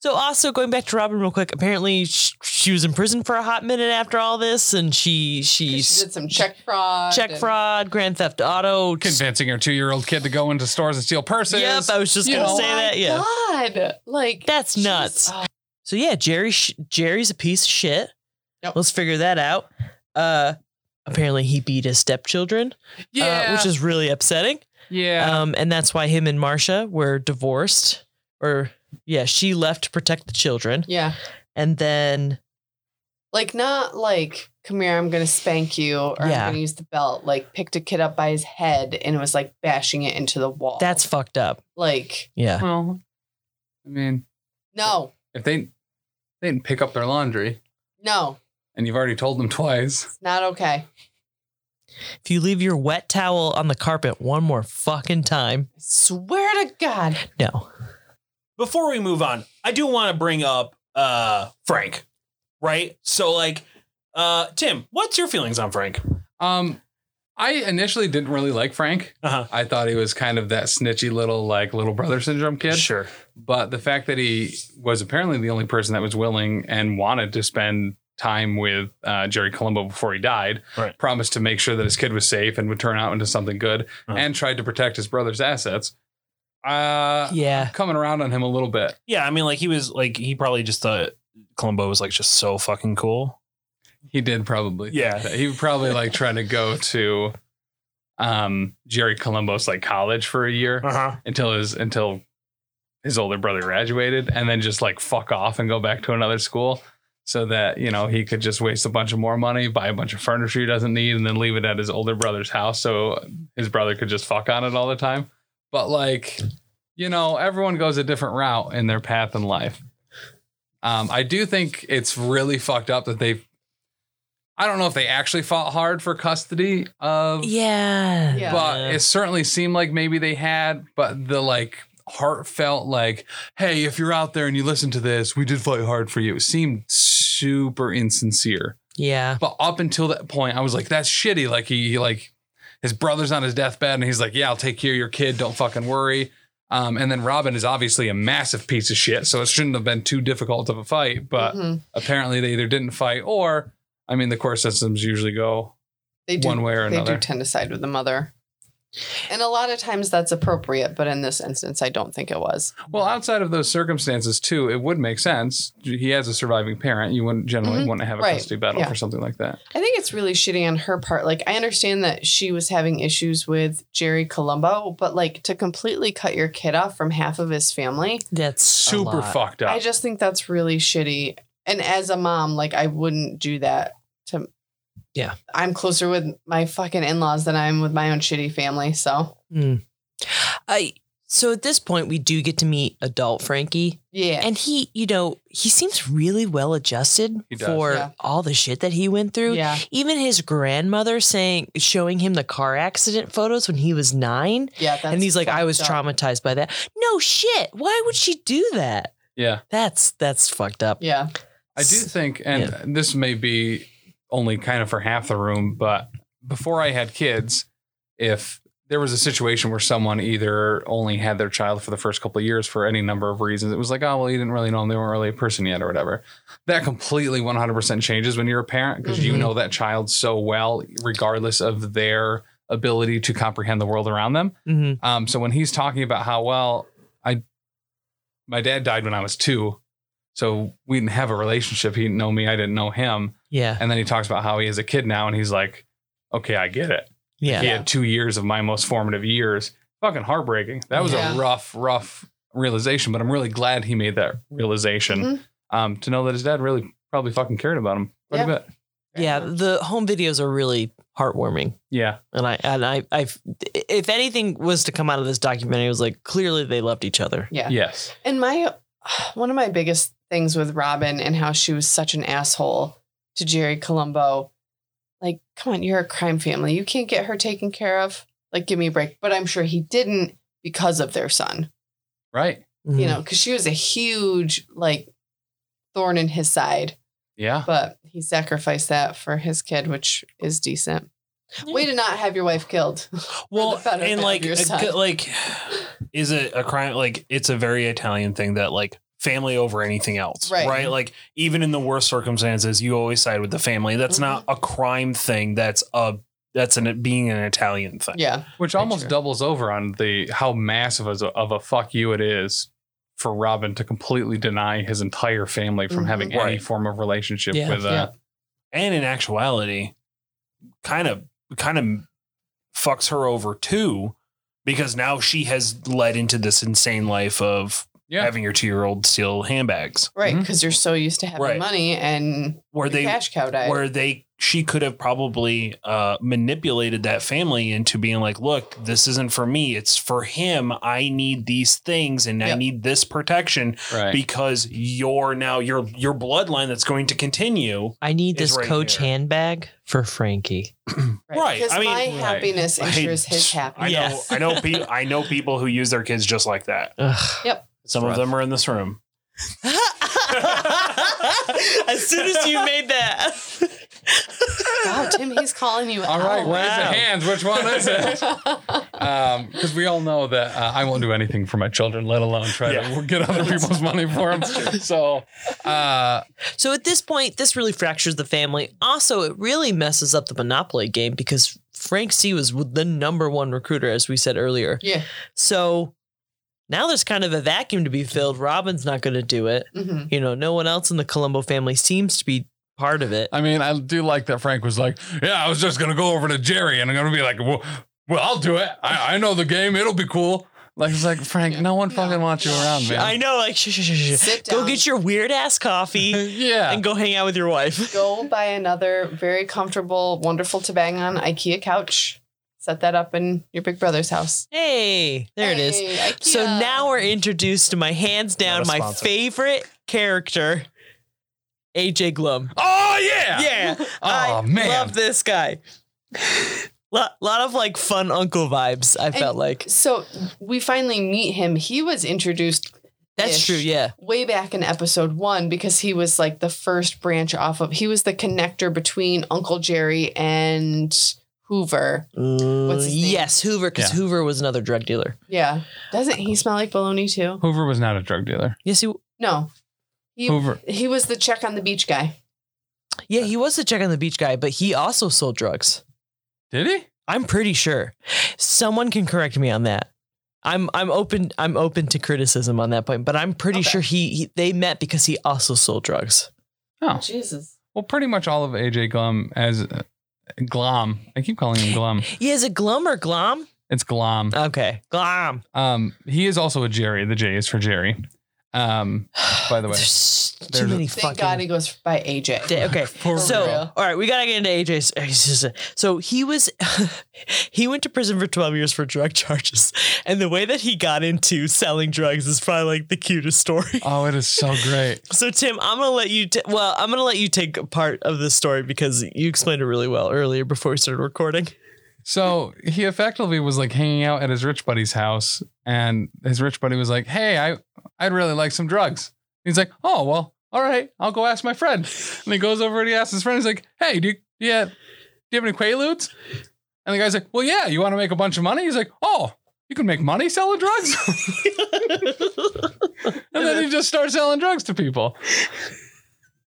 Speaker 4: so also going back to Robin real quick. Apparently she, she was in prison for a hot minute after all this, and she she,
Speaker 3: She did some check fraud.
Speaker 4: check
Speaker 3: and-
Speaker 4: fraud, grand theft auto.
Speaker 1: Convincing your two-year-old kid to go into stores and steal purses.
Speaker 4: Yep, uh, I was just
Speaker 1: You
Speaker 4: gonna
Speaker 1: know.
Speaker 4: say that. Yeah.
Speaker 3: Oh God, like
Speaker 4: That's
Speaker 3: she's-
Speaker 4: nuts.
Speaker 3: oh,
Speaker 4: So yeah, Jerry sh- Jerry's a piece of shit.
Speaker 3: Yep.
Speaker 4: Let's figure that out. Uh, apparently he beat his stepchildren, uh,
Speaker 1: yeah,
Speaker 4: which is really upsetting.
Speaker 1: yeah.
Speaker 4: Um, and that's why him and Marcia were divorced. Or yeah, she left to protect the children,
Speaker 3: yeah,
Speaker 4: and then
Speaker 3: Like not like, come here, I'm gonna spank you or I'm
Speaker 4: Yeah.
Speaker 3: gonna use the belt. Like picked a kid up by his head and was like bashing it into the wall.
Speaker 4: That's fucked up.
Speaker 3: like
Speaker 4: Yeah.
Speaker 1: Well, I mean,
Speaker 3: no,
Speaker 1: if they they didn't pick up their laundry
Speaker 3: no,
Speaker 1: and you've already told them twice,
Speaker 3: it's not okay.
Speaker 4: If you leave your wet towel on the carpet one more fucking time,
Speaker 3: I swear to God.
Speaker 4: no.
Speaker 5: before we move on, I do want to bring up uh Frank, right? So like uh Tim, what's your feelings on Frank?
Speaker 1: um, I initially didn't really like Frank.
Speaker 5: Uh-huh.
Speaker 1: I thought he was kind of that snitchy little like little brother syndrome kid.
Speaker 5: Sure.
Speaker 1: But the fact that he was apparently the only person that was willing and wanted to spend time with uh, Jerry Colombo before he died,
Speaker 5: Right.
Speaker 1: promised to make sure that his kid was safe and would turn out into something good,
Speaker 5: Uh-huh.
Speaker 1: and tried to protect his brother's assets. Uh,
Speaker 4: Yeah.
Speaker 1: coming around on him a little bit.
Speaker 5: Yeah, I mean like he was like he probably just thought Columbo was like just so fucking cool.
Speaker 1: He did probably. think
Speaker 5: Yeah.
Speaker 1: that. He would probably like trying to go to um Jerry Colombo's like college for a year
Speaker 5: Uh-huh.
Speaker 1: until his until his older brother graduated and then just like fuck off and go back to another school so that you know he could just waste a bunch of more money buy a bunch of furniture he doesn't need and then leave it at his older brother's house so his brother could just fuck on it all the time but like you know everyone goes a different route in their path in life um, i do think it's really fucked up that they i don't know if they actually fought hard for custody of
Speaker 4: Yeah.
Speaker 3: Yeah.
Speaker 1: uh, but it certainly seemed like maybe they had but the like heartfelt like hey if you're out there and you listen to this we did fight hard for you seemed super insincere
Speaker 4: yeah.
Speaker 1: but up until that point i was like that's shitty like he, he like his brother's on his deathbed and he's like yeah i'll take care of your kid don't fucking worry um, and then robin is obviously a massive piece of shit so it shouldn't have been too difficult of a fight but
Speaker 3: Mhm.
Speaker 1: apparently they either didn't fight or i mean the court systems usually go
Speaker 3: they do
Speaker 1: one way or
Speaker 3: they
Speaker 1: another
Speaker 3: do tend to side with the mother. And a lot of times that's appropriate, but in this instance, I don't think it was.
Speaker 1: Well, outside of those circumstances, too, it would make sense. He has a surviving parent. You wouldn't generally
Speaker 3: Mhm.
Speaker 1: want to have a
Speaker 3: Right.
Speaker 1: custody battle
Speaker 3: Yeah.
Speaker 1: for something like that.
Speaker 3: I think it's really shitty on her part. Like, I understand that she was having issues with Jerry Colombo, but like to completely cut your kid off from half of his family,
Speaker 4: That's a
Speaker 1: Super
Speaker 4: lot.
Speaker 1: fucked up.
Speaker 3: I just think that's really shitty. And as a mom, like, I wouldn't do that to.
Speaker 4: Yeah.
Speaker 3: I'm closer with my fucking in laws than I am with my own shitty family. So,
Speaker 4: Mm. I so at this point we do get to meet adult Frankie,
Speaker 3: yeah.
Speaker 4: and he, you know, he seems really well adjusted
Speaker 1: He does.
Speaker 4: for
Speaker 3: Yeah.
Speaker 4: all the shit that he went through.
Speaker 3: yeah.
Speaker 4: Even his grandmother saying showing him the car accident photos when he was nine,
Speaker 3: Yeah. That's
Speaker 4: and he's like, "I was
Speaker 3: fucked up.
Speaker 4: traumatized by that." No shit. Why would she do that?
Speaker 1: yeah.
Speaker 4: That's that's fucked up.
Speaker 3: Yeah.
Speaker 1: I do think, and this may be only kind of for half the room, but before I had kids, if there was a situation where someone either only had their child for the first couple of years for any number of reasons, it was like, oh, well, you didn't really know them. They weren't really a person yet or whatever. That completely 100% changes when you're a parent because you
Speaker 4: Mhm.
Speaker 1: know that child so well, regardless of their ability to comprehend the world around them.
Speaker 4: hmm
Speaker 1: Um, so when he's talking about how well I, my dad died when I was two, so we didn't have a relationship. He didn't know me. I didn't know him.
Speaker 4: Yeah.
Speaker 1: And then he talks about how he is a kid now, and he's like, "Okay, I get it.
Speaker 4: Yeah.
Speaker 1: He had two years of my most formative years. Fucking heartbreaking. That was
Speaker 3: Yeah.
Speaker 1: a rough, rough realization. But I'm really glad he made that realization
Speaker 3: Mhm.
Speaker 1: um, to know that his dad really probably fucking cared about him quite a
Speaker 3: Yeah.
Speaker 1: bit.
Speaker 4: Yeah. The home videos are really heartwarming.
Speaker 1: Yeah,
Speaker 4: And I and I I if anything was to come out of this documentary, it was like clearly they loved each other.
Speaker 3: Yeah.
Speaker 1: yes,
Speaker 3: And my one of my biggest things with Robin and how she was such an asshole to Jerry Colombo. Like, come on, you're a crime family. You can't get her taken care of. Like, give me a break. But I'm sure he didn't because of their son,
Speaker 1: right,
Speaker 3: you
Speaker 5: Mm.
Speaker 3: know, because she was a huge, like, thorn in his side.
Speaker 1: yeah,
Speaker 3: But he sacrificed that for his kid, which is decent.
Speaker 4: Yeah.
Speaker 3: Way to not have your wife killed.
Speaker 5: Well,
Speaker 3: the benefit
Speaker 5: and
Speaker 3: of
Speaker 5: like
Speaker 3: your
Speaker 5: a
Speaker 3: son.
Speaker 5: good- like is it a crime like it's a very Italian thing that like family over anything else,
Speaker 3: Right.
Speaker 5: right? Like even in the worst circumstances, you always side with the family. That's not
Speaker 3: Mm-hmm.
Speaker 5: a crime thing. That's a that's an being an Italian thing.
Speaker 3: yeah.
Speaker 1: which almost doubles over on the how massive as a, of a fuck you it is for Robin to completely deny his entire family from
Speaker 3: Mhm.
Speaker 1: having any
Speaker 5: Mm-hmm. Right.
Speaker 1: form of relationship
Speaker 4: Yeah.
Speaker 1: with uh,
Speaker 3: Yeah.
Speaker 5: and in actuality, kind of kind of fucks her over too, because now she has led into this insane life of
Speaker 1: Yeah.
Speaker 5: having your two year old steal handbags.
Speaker 3: Right, because you're so used to having
Speaker 5: Mm-hmm. Right.
Speaker 3: money and
Speaker 5: Where
Speaker 3: your
Speaker 5: they
Speaker 3: cash cow died.
Speaker 5: where they she could have probably uh, manipulated that family into being like, look, this isn't for me. It's for him. I need these things and I
Speaker 3: Yep.
Speaker 5: need this protection
Speaker 1: Right.
Speaker 5: because you're now your your bloodline that's going to continue.
Speaker 4: I need
Speaker 5: It's
Speaker 4: this
Speaker 5: right
Speaker 4: coach
Speaker 5: here.
Speaker 4: handbag for Frankie.
Speaker 5: right,
Speaker 3: Because
Speaker 5: I mean-
Speaker 3: my
Speaker 5: Right.
Speaker 3: happiness ensures
Speaker 5: I-
Speaker 3: his
Speaker 5: I
Speaker 3: happiness.
Speaker 5: know,
Speaker 4: Yes.
Speaker 5: I know, pe- I know people who use their kids just like that.
Speaker 4: Ugh.
Speaker 5: Some
Speaker 1: rough.
Speaker 5: of them are in this room.
Speaker 4: as soon as you made that,
Speaker 3: Wow, Tim, he's calling you
Speaker 1: All
Speaker 3: out.
Speaker 5: Oh,
Speaker 1: right, what is
Speaker 4: wow.
Speaker 1: it? Hands, which one is it? Because we all know that uh, I won't do anything for my children, let alone try
Speaker 5: Yeah.
Speaker 1: to get other people's money for them. So, uh,
Speaker 4: so at this point, this really fractures the family. Also, it really messes up the Monopoly game because Frank C was the number one recruiter, as we said earlier.
Speaker 3: Yeah.
Speaker 4: So now there's kind of a vacuum to be filled. Robin's not going to do it.
Speaker 3: hmm
Speaker 4: You know, no one else in the Colombo family seems to be part of it.
Speaker 1: I mean, I do like that Frank was like, "Yeah, I was just gonna go over to Jerry, and I'm gonna be like, well, well, I'll do it. I, I know the game. It'll be cool." Like it's like Frank, no one fucking wants you around, man.
Speaker 4: I know, like, shh, shh, shh, shh.
Speaker 3: Sit
Speaker 4: go
Speaker 3: down.
Speaker 4: get your weird ass coffee
Speaker 1: yeah,
Speaker 4: and go hang out with your wife.
Speaker 3: Go buy another very comfortable, wonderful to bang on IKEA couch. Set that up in your big brother's house.
Speaker 4: Hey, there it is.
Speaker 3: Hey, IKEA.
Speaker 4: So now we're introduced to my hands down,
Speaker 5: Not a
Speaker 4: my
Speaker 5: sponsor.
Speaker 4: favorite character, AJ Glum.
Speaker 1: oh yeah,
Speaker 4: Yeah.
Speaker 1: Aw,
Speaker 4: I
Speaker 1: man.
Speaker 4: love this guy. Lot, lot of like fun uncle vibes, I felt like.
Speaker 3: So we finally meet him. He was introduced
Speaker 4: That's
Speaker 3: ish.
Speaker 4: true, yeah.
Speaker 3: way back in episode one because he was like the first branch off of he was the connector between Uncle Jerry and Hoover.
Speaker 4: What's
Speaker 3: his name?
Speaker 4: Yes, Hoover, because
Speaker 1: Yeah.
Speaker 4: Hoover was another drug dealer.
Speaker 3: Yeah. Doesn't he smell like baloney too?
Speaker 1: Hoover was not a drug dealer.
Speaker 4: Yes, he
Speaker 3: No. He
Speaker 1: Hoover,
Speaker 3: he was the check on the beach guy.
Speaker 4: yeah, he was the check on the beach guy, but he also sold drugs.
Speaker 1: did he?
Speaker 4: I'm pretty sure. Someone can correct me on that. I'm I'm open I'm open to criticism on that point, but I'm pretty
Speaker 3: Okay.
Speaker 4: sure he, he they met because he also sold drugs.
Speaker 1: Oh,
Speaker 3: Jesus.
Speaker 1: well, pretty much all of AJ Glum as uh, Glom. I keep calling him Glum.
Speaker 4: Yeah, is it glum or glom?
Speaker 1: It's Glom.
Speaker 4: Okay, glom.
Speaker 1: Um, he is also a Jerry. The J is for Jerry. Um, by the way,
Speaker 4: There's too
Speaker 1: there's a-
Speaker 4: many
Speaker 3: Thank
Speaker 4: fucking.
Speaker 3: God he goes by AJ.
Speaker 4: da- okay,
Speaker 1: For
Speaker 4: so
Speaker 3: real.
Speaker 4: all right, we gotta get into AJ's. So he was, he went to prison for twelve years for drug charges, and the way that he got into selling drugs is probably like the cutest story.
Speaker 1: oh, it is so great.
Speaker 4: So Tim, I'm gonna let you. T- well, I'm gonna let you take a part of this story because you explained it really well earlier before we started recording.
Speaker 1: So he effectively was like hanging out at his rich buddy's house, and his rich buddy was like, "Hey, I I'd really like some drugs." He's like, "Oh well, all right, I'll go ask my friend." And he goes over and he asks his friend. He's like, "Hey, do you yeah, do you have any quaaludes?" And the guy's like, "Well, yeah, you want to make a bunch of money?" He's like, "Oh." You can make money selling drugs, and then he just starts selling drugs to people,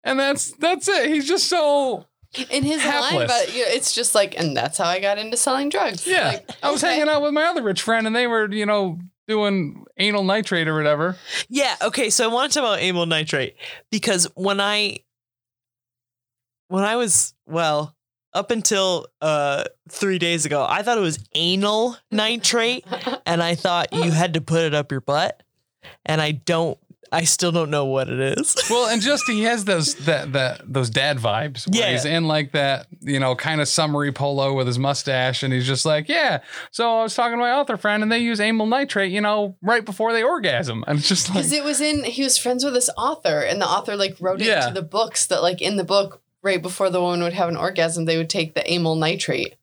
Speaker 1: and that's that's it. He's just so
Speaker 3: In his line
Speaker 1: Hapless.
Speaker 3: about it, you know, it's just like, and that's how I got into selling drugs.
Speaker 1: Yeah.
Speaker 3: Like,
Speaker 1: I was
Speaker 3: okay.
Speaker 1: hanging out with my other rich friend and they were, you know, doing anal nitrate or whatever.
Speaker 4: yeah. Okay. So I want to talk about amyl nitrate because when I, when I was well up until uh three days ago, I thought it was anal nitrate, and I thought you had to put it up your butt, and I don't. I still don't know what it is.
Speaker 1: Well, and just he has those that that those dad vibes. where
Speaker 4: Yeah.
Speaker 1: He's in like that, you know, kind of summery polo with his mustache, and he's just like, Yeah. So I was talking to my author friend and they use amyl nitrate, you know, right before they orgasm. And it's just like
Speaker 3: Because it was in, he was friends with this author, and the author like wrote it
Speaker 1: Yeah.
Speaker 3: into the books that like in the book, right before the woman would have an orgasm, they would take the amyl nitrate.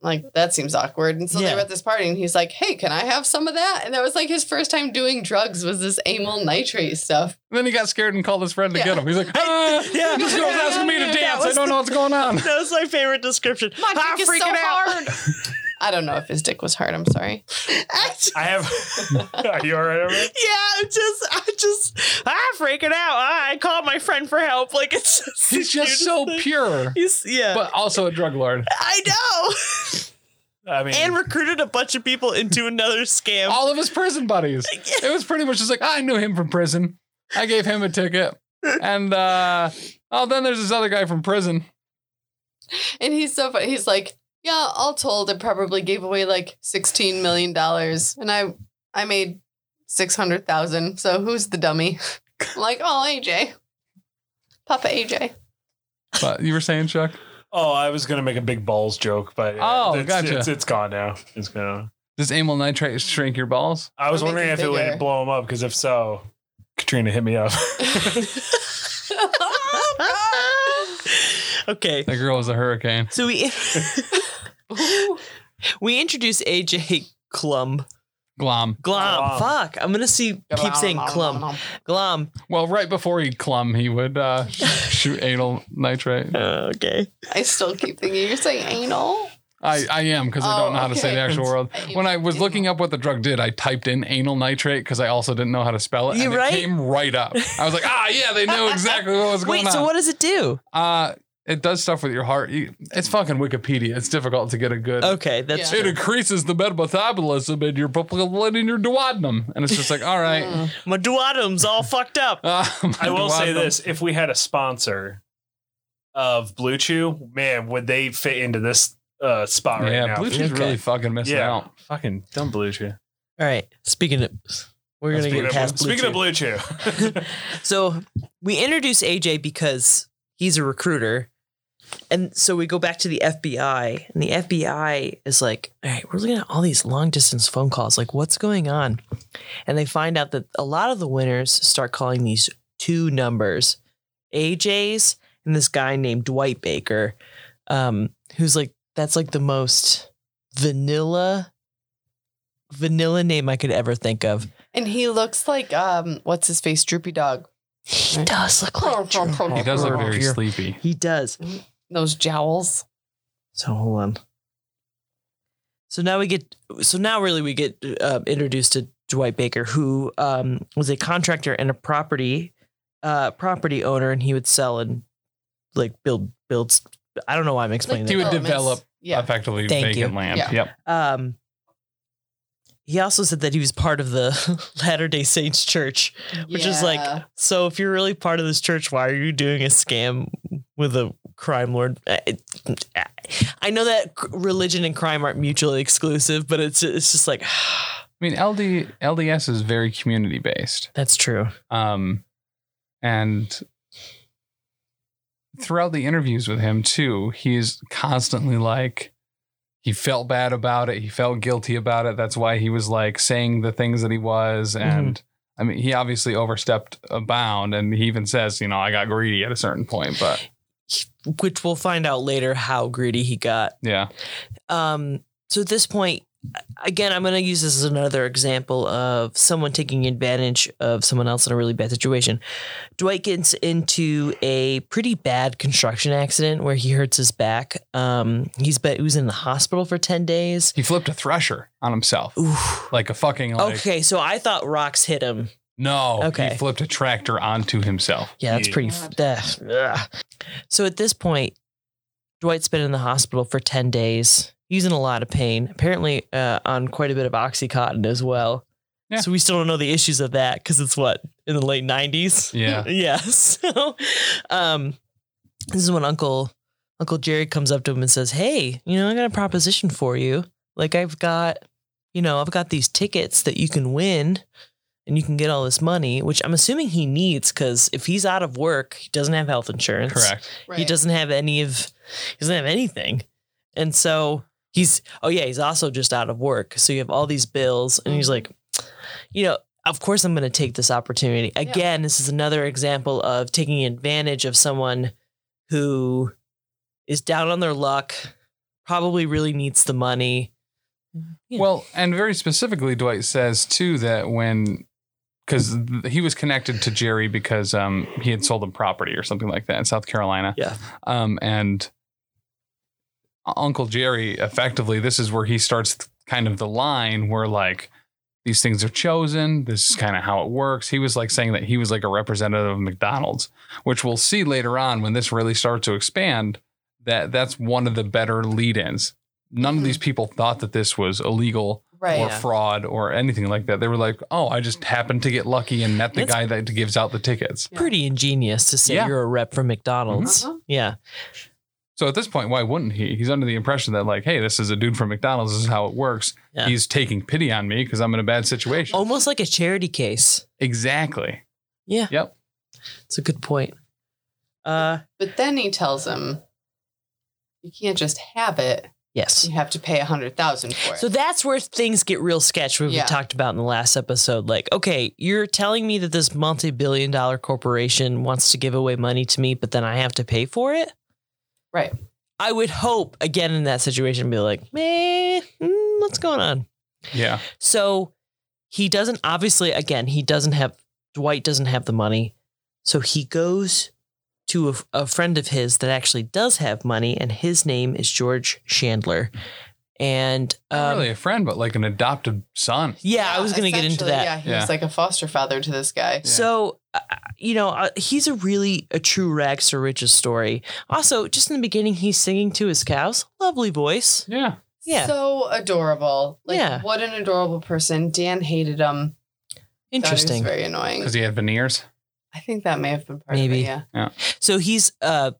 Speaker 3: Like that seems awkward. And so
Speaker 4: Yeah.
Speaker 3: they were at this party, and he's like, "Hey, can I have some of that?" And that was like his first time doing drugs was this amyl nitrate stuff.
Speaker 1: and then he got scared and called his friend to
Speaker 3: Yeah.
Speaker 1: get him. He's like, ah,
Speaker 4: yeah.
Speaker 1: this girl's asking me to
Speaker 4: That
Speaker 1: dance. I
Speaker 4: was
Speaker 1: don't know what's going on.
Speaker 4: That was my favorite description.
Speaker 3: My dick
Speaker 4: I'm
Speaker 3: is so
Speaker 4: freaking
Speaker 3: hard. I don't know if his dick was hard. I'm sorry.
Speaker 4: out.
Speaker 5: I have. are you all right over there?
Speaker 4: Yeah, I'm just, I just, I'm freaking out. I called my friend for help. Like it's just,
Speaker 1: He's just so pure.
Speaker 4: He's, yeah,
Speaker 1: But also a drug lord.
Speaker 4: I know.
Speaker 5: I mean,
Speaker 4: And recruited a bunch of people into another scam.
Speaker 1: all of his prison buddies. It was pretty much just like I knew him from prison. I gave him a ticket, and uh, oh, then there's this other guy from prison.
Speaker 3: And he's so funny. He's like, "Yeah, all told, I probably gave away like sixteen million dollars, and I I made 600,000. So who's the dummy? I'm like, oh, AJ. Papa AJ.
Speaker 1: But you were saying, Chuck?
Speaker 5: Oh, I was gonna make a big balls joke, but
Speaker 1: Oh,
Speaker 5: it's,
Speaker 1: gotcha.
Speaker 5: it's, it's gone now. It's gone.
Speaker 1: Does amyl nitrate shrink your balls?
Speaker 5: I was
Speaker 3: Or make
Speaker 5: wondering
Speaker 3: it
Speaker 5: if it
Speaker 3: bigger.
Speaker 5: would blow them up because if so, Katrina hit me up.
Speaker 4: okay.
Speaker 1: That girl was a hurricane.
Speaker 4: So we
Speaker 3: Ooh.
Speaker 4: we introduce AJ Clum.
Speaker 1: Glom.
Speaker 4: Glom.
Speaker 5: Glom.
Speaker 4: Fuck. I'm gonna see keep saying Clum. Glom.
Speaker 1: Well, right before he clum, he would uh, sh- shoot anal nitrate.
Speaker 4: Uh, okay.
Speaker 3: I still keep thinking you're saying anal.
Speaker 1: I, I am because I
Speaker 3: Oh,
Speaker 1: don't know how to say
Speaker 3: okay.
Speaker 1: the actual word. When I was looking up what the drug did, I typed in anal nitrate because I also didn't know how to spell it.
Speaker 4: You
Speaker 1: and
Speaker 4: right?
Speaker 1: It came right up. I was like, ah, yeah, they knew exactly what was going
Speaker 4: Wait. So
Speaker 1: on.
Speaker 4: what does it do?
Speaker 1: Uh, it does stuff with your heart. You- It's fucking Wikipedia. It's difficult to get a good.
Speaker 4: Okay. That's
Speaker 3: Yeah.
Speaker 1: It increases the metabolism in your blood in your duodenum, and it's just like, all
Speaker 4: Hmm.
Speaker 1: right.
Speaker 4: my duodenum's all fucked up.
Speaker 1: uh, my
Speaker 5: I will say
Speaker 1: duodenum-
Speaker 5: this: if we had a sponsor of Blue Chew, man, would they fit into this uh, spot right
Speaker 1: yeah,
Speaker 5: now?
Speaker 1: Blue Chew's
Speaker 4: Okay.
Speaker 1: really fucking missing
Speaker 5: yeah,
Speaker 1: out.
Speaker 5: fucking dumb Blue Chew.
Speaker 4: All right. Speaking of, we're gonna
Speaker 5: Speaking
Speaker 4: get
Speaker 5: of-
Speaker 4: past Blue
Speaker 5: speaking
Speaker 4: Chew.
Speaker 5: of Blue Chew,
Speaker 4: So we introduce AJ because he's a recruiter. And so we go back to the FBI, and the FBI is like, all right, we're looking at all these long distance phone calls. Like, what's going on? And they find out that a lot of the winners start calling these two numbers AJ's and this guy named Dwight Baker, um, who's like, that's like the most vanilla, vanilla name I could ever think of.
Speaker 3: And he looks like um, what's his face, Droopy Dog.
Speaker 4: He does look like
Speaker 1: He does look very
Speaker 4: Here.
Speaker 1: sleepy.
Speaker 4: He does.
Speaker 3: Those jowls.
Speaker 4: So hold on. So now we get. So now really we get uh, introduced to Dwight Baker, who um, was a contractor and a property uh, property owner, and he would sell and like build builds. I don't know why I'm explaining
Speaker 1: He
Speaker 4: that.
Speaker 1: would
Speaker 3: developments.
Speaker 1: develop
Speaker 3: Yeah.
Speaker 1: Effectively
Speaker 4: Thank
Speaker 1: vacant
Speaker 4: you.
Speaker 1: land.
Speaker 3: Yeah.
Speaker 1: Yep.
Speaker 4: Um, he also said that he was part of the Latter Day Saints Church, which is like,
Speaker 3: Yeah.
Speaker 4: so if you're really part of this church, why are you doing a scam with a crime lord? I- it- I know that c- religion and crime aren't mutually exclusive, but it's it's just like
Speaker 1: I mean, LD LDS is very community based,
Speaker 4: that's true.
Speaker 1: um, and throughout the interviews with him too, he's constantly like, he felt bad about it, he felt guilty about it. That's why he was like saying the things that he was,
Speaker 4: Mm-hmm.
Speaker 1: and I mean, he obviously overstepped a bound, and he even says, you know, I got greedy at a certain point, but
Speaker 4: Which we'll find out later how greedy he got.
Speaker 1: yeah,
Speaker 4: um, so at this point, again, I'm going to use this as another example of someone taking advantage of someone else in a really bad situation. Dwight gets into a pretty bad construction accident where he hurts his back. Um, he's been, he was in the hospital for 10 days.
Speaker 1: he flipped a thresher on himself,
Speaker 4: Oof.
Speaker 1: like a fucking like,
Speaker 4: okay, so I thought rocks hit him.
Speaker 1: no,
Speaker 4: Okay.
Speaker 1: he flipped a tractor onto himself.
Speaker 4: Yeah, that's
Speaker 5: Yeah.
Speaker 4: pretty. F- ugh, ugh. So at this point, Dwight's been in the hospital for 10 days. He's in a lot of pain, apparently uh, on quite a bit of Oxycontin as well.
Speaker 1: Yeah.
Speaker 4: So we still don't know the issues of that because it's what, in the late 90s?
Speaker 1: Yeah.
Speaker 4: yeah. So um, this is when Uncle Uncle Jerry comes up to him and says, Hey, you know, I got a proposition for you. Like, I've got, you know, I've got these tickets that you can win and you can get all this money, which I'm assuming he needs because if he's out of work, he doesn't have health insurance.
Speaker 1: Correct.
Speaker 3: Right.
Speaker 4: He doesn't have any of, he doesn't have anything. And so he's, oh yeah, he's also just out of work. So you have all these bills and he's like, you know, of course I'm going to take this opportunity. Again, this is another example of taking advantage of someone who is down on their luck, probably really needs the money. Yeah.
Speaker 1: Well, and very specifically, Dwight says too that when because he was connected to Jerry because um, he had sold him property or something like that in South Carolina.
Speaker 4: Yeah.
Speaker 1: Um, and Uncle Jerry, effectively, this is where he starts th- kind of the line where like these things are chosen. This is kind of how it works. He was like saying that he was like a representative of McDonald's, which we'll see later on when this really starts to expand. That that's one of the better lead-ins. None
Speaker 3: Mhm.
Speaker 1: of these people thought that this was illegal
Speaker 3: Right.
Speaker 1: or fraud or anything like that. They were like, "Oh, I just happened to get lucky and met the
Speaker 4: That's-
Speaker 1: guy that gives out the tickets."
Speaker 3: Yeah. Uh-huh.
Speaker 4: Pretty ingenious to say
Speaker 1: Yeah.
Speaker 4: you're a rep for McDonald's.
Speaker 3: Mhm.
Speaker 4: Yeah.
Speaker 1: So at this point, why wouldn't he? He's under the impression that like, hey, this is a dude from McDonald's. This is how it works.
Speaker 4: Yeah. Oh
Speaker 1: He's taking pity on me because I'm in a bad situation.
Speaker 4: Almost like a charity case.
Speaker 1: Exactly.
Speaker 4: Yeah.
Speaker 1: Yep.
Speaker 4: It's a good point. Uh,
Speaker 3: But then he tells him, you can't just have it.
Speaker 4: yes.
Speaker 3: You have to pay a hundred thousand for it.
Speaker 4: So that's where things get real sketch, which
Speaker 3: Yeah.
Speaker 4: we talked about in the last episode. Like, okay, you're telling me that this multi billion dollar corporation wants to give away money to me, but then I have to pay for it?
Speaker 3: right.
Speaker 4: I would hope, again, in that situation, be like, eh, mm, what's going on?
Speaker 1: Yeah.
Speaker 4: So he doesn't, obviously, again, he doesn't have, Dwight doesn't have the money. So he goes to a, a friend of his that actually does have money, and his name is George Chandler. And
Speaker 1: Not
Speaker 4: um,
Speaker 1: really a friend, but like an adopted son.
Speaker 4: yeah, I was going to get into
Speaker 3: essentially,
Speaker 4: that.
Speaker 3: Yeah, he
Speaker 1: Yeah.
Speaker 3: was like a foster father to this guy.
Speaker 1: Yeah.
Speaker 4: So, uh, you know, uh, he's a really a true rags to riches story. Also, just in the beginning, he's singing to his cows. Lovely voice.
Speaker 1: Yeah.
Speaker 4: Yeah.
Speaker 3: So adorable. Like
Speaker 4: Yeah.
Speaker 3: what an adorable person. Dan hated him. Thought he was
Speaker 4: Interesting.
Speaker 3: very annoying.
Speaker 1: Because he had veneers.
Speaker 3: I think that may have been part
Speaker 4: Maybe.
Speaker 3: of it. Yeah.
Speaker 4: So he's uh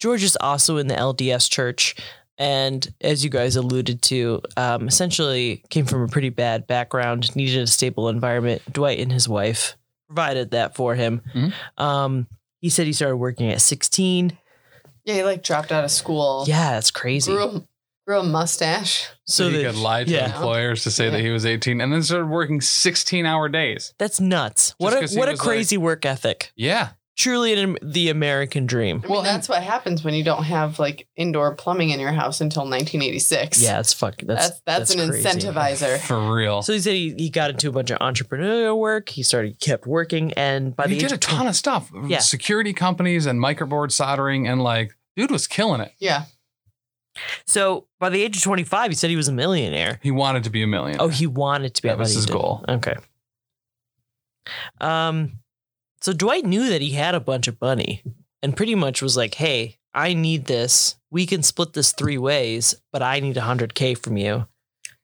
Speaker 4: George is also in the LDS church and as you guys alluded to, um essentially came from a pretty bad background, needed a stable environment. Dwight and his wife provided that for him.
Speaker 1: Mhm.
Speaker 4: Um he said he started working at 16.
Speaker 3: Yeah, he like dropped out of school.
Speaker 4: Yeah, that's crazy.
Speaker 3: Grew a, grew a mustache.
Speaker 1: So, he
Speaker 4: that-
Speaker 1: could lie to
Speaker 4: yeah.
Speaker 1: employers to say
Speaker 3: Yeah.
Speaker 1: that he was 18 and then started working 16 hour days.
Speaker 4: That's nuts. What
Speaker 1: 'cause
Speaker 4: a
Speaker 1: he
Speaker 4: what a
Speaker 1: was
Speaker 4: crazy work ethic.
Speaker 1: Yeah.
Speaker 4: Truly an, the American dream.
Speaker 3: I mean, that's what happens when you don't have like indoor plumbing in your house until 1986.
Speaker 4: Yeah, it's fucking that's
Speaker 3: That's that's, an
Speaker 4: crazy.
Speaker 3: incentivizer.
Speaker 1: For real.
Speaker 4: So he said he, he got into a bunch of entrepreneurial work. He started kept working, and
Speaker 1: he
Speaker 4: by the
Speaker 1: did
Speaker 4: age
Speaker 1: a
Speaker 4: of
Speaker 1: ton of stuff.
Speaker 4: Yeah.
Speaker 1: Security companies and microboard soldering and like, dude was killing it.
Speaker 3: Yeah.
Speaker 4: So by the age of 25, he said he was a millionaire.
Speaker 1: He wanted to be a millionaire.
Speaker 4: Oh, he wanted to be. I
Speaker 1: That was
Speaker 4: thought he
Speaker 1: his
Speaker 4: did.
Speaker 1: goal.
Speaker 4: Okay. Um, so Dwight knew that he had a bunch of money, and pretty much was like, "Hey, I need this. We can split this three ways, but I need 100k from you."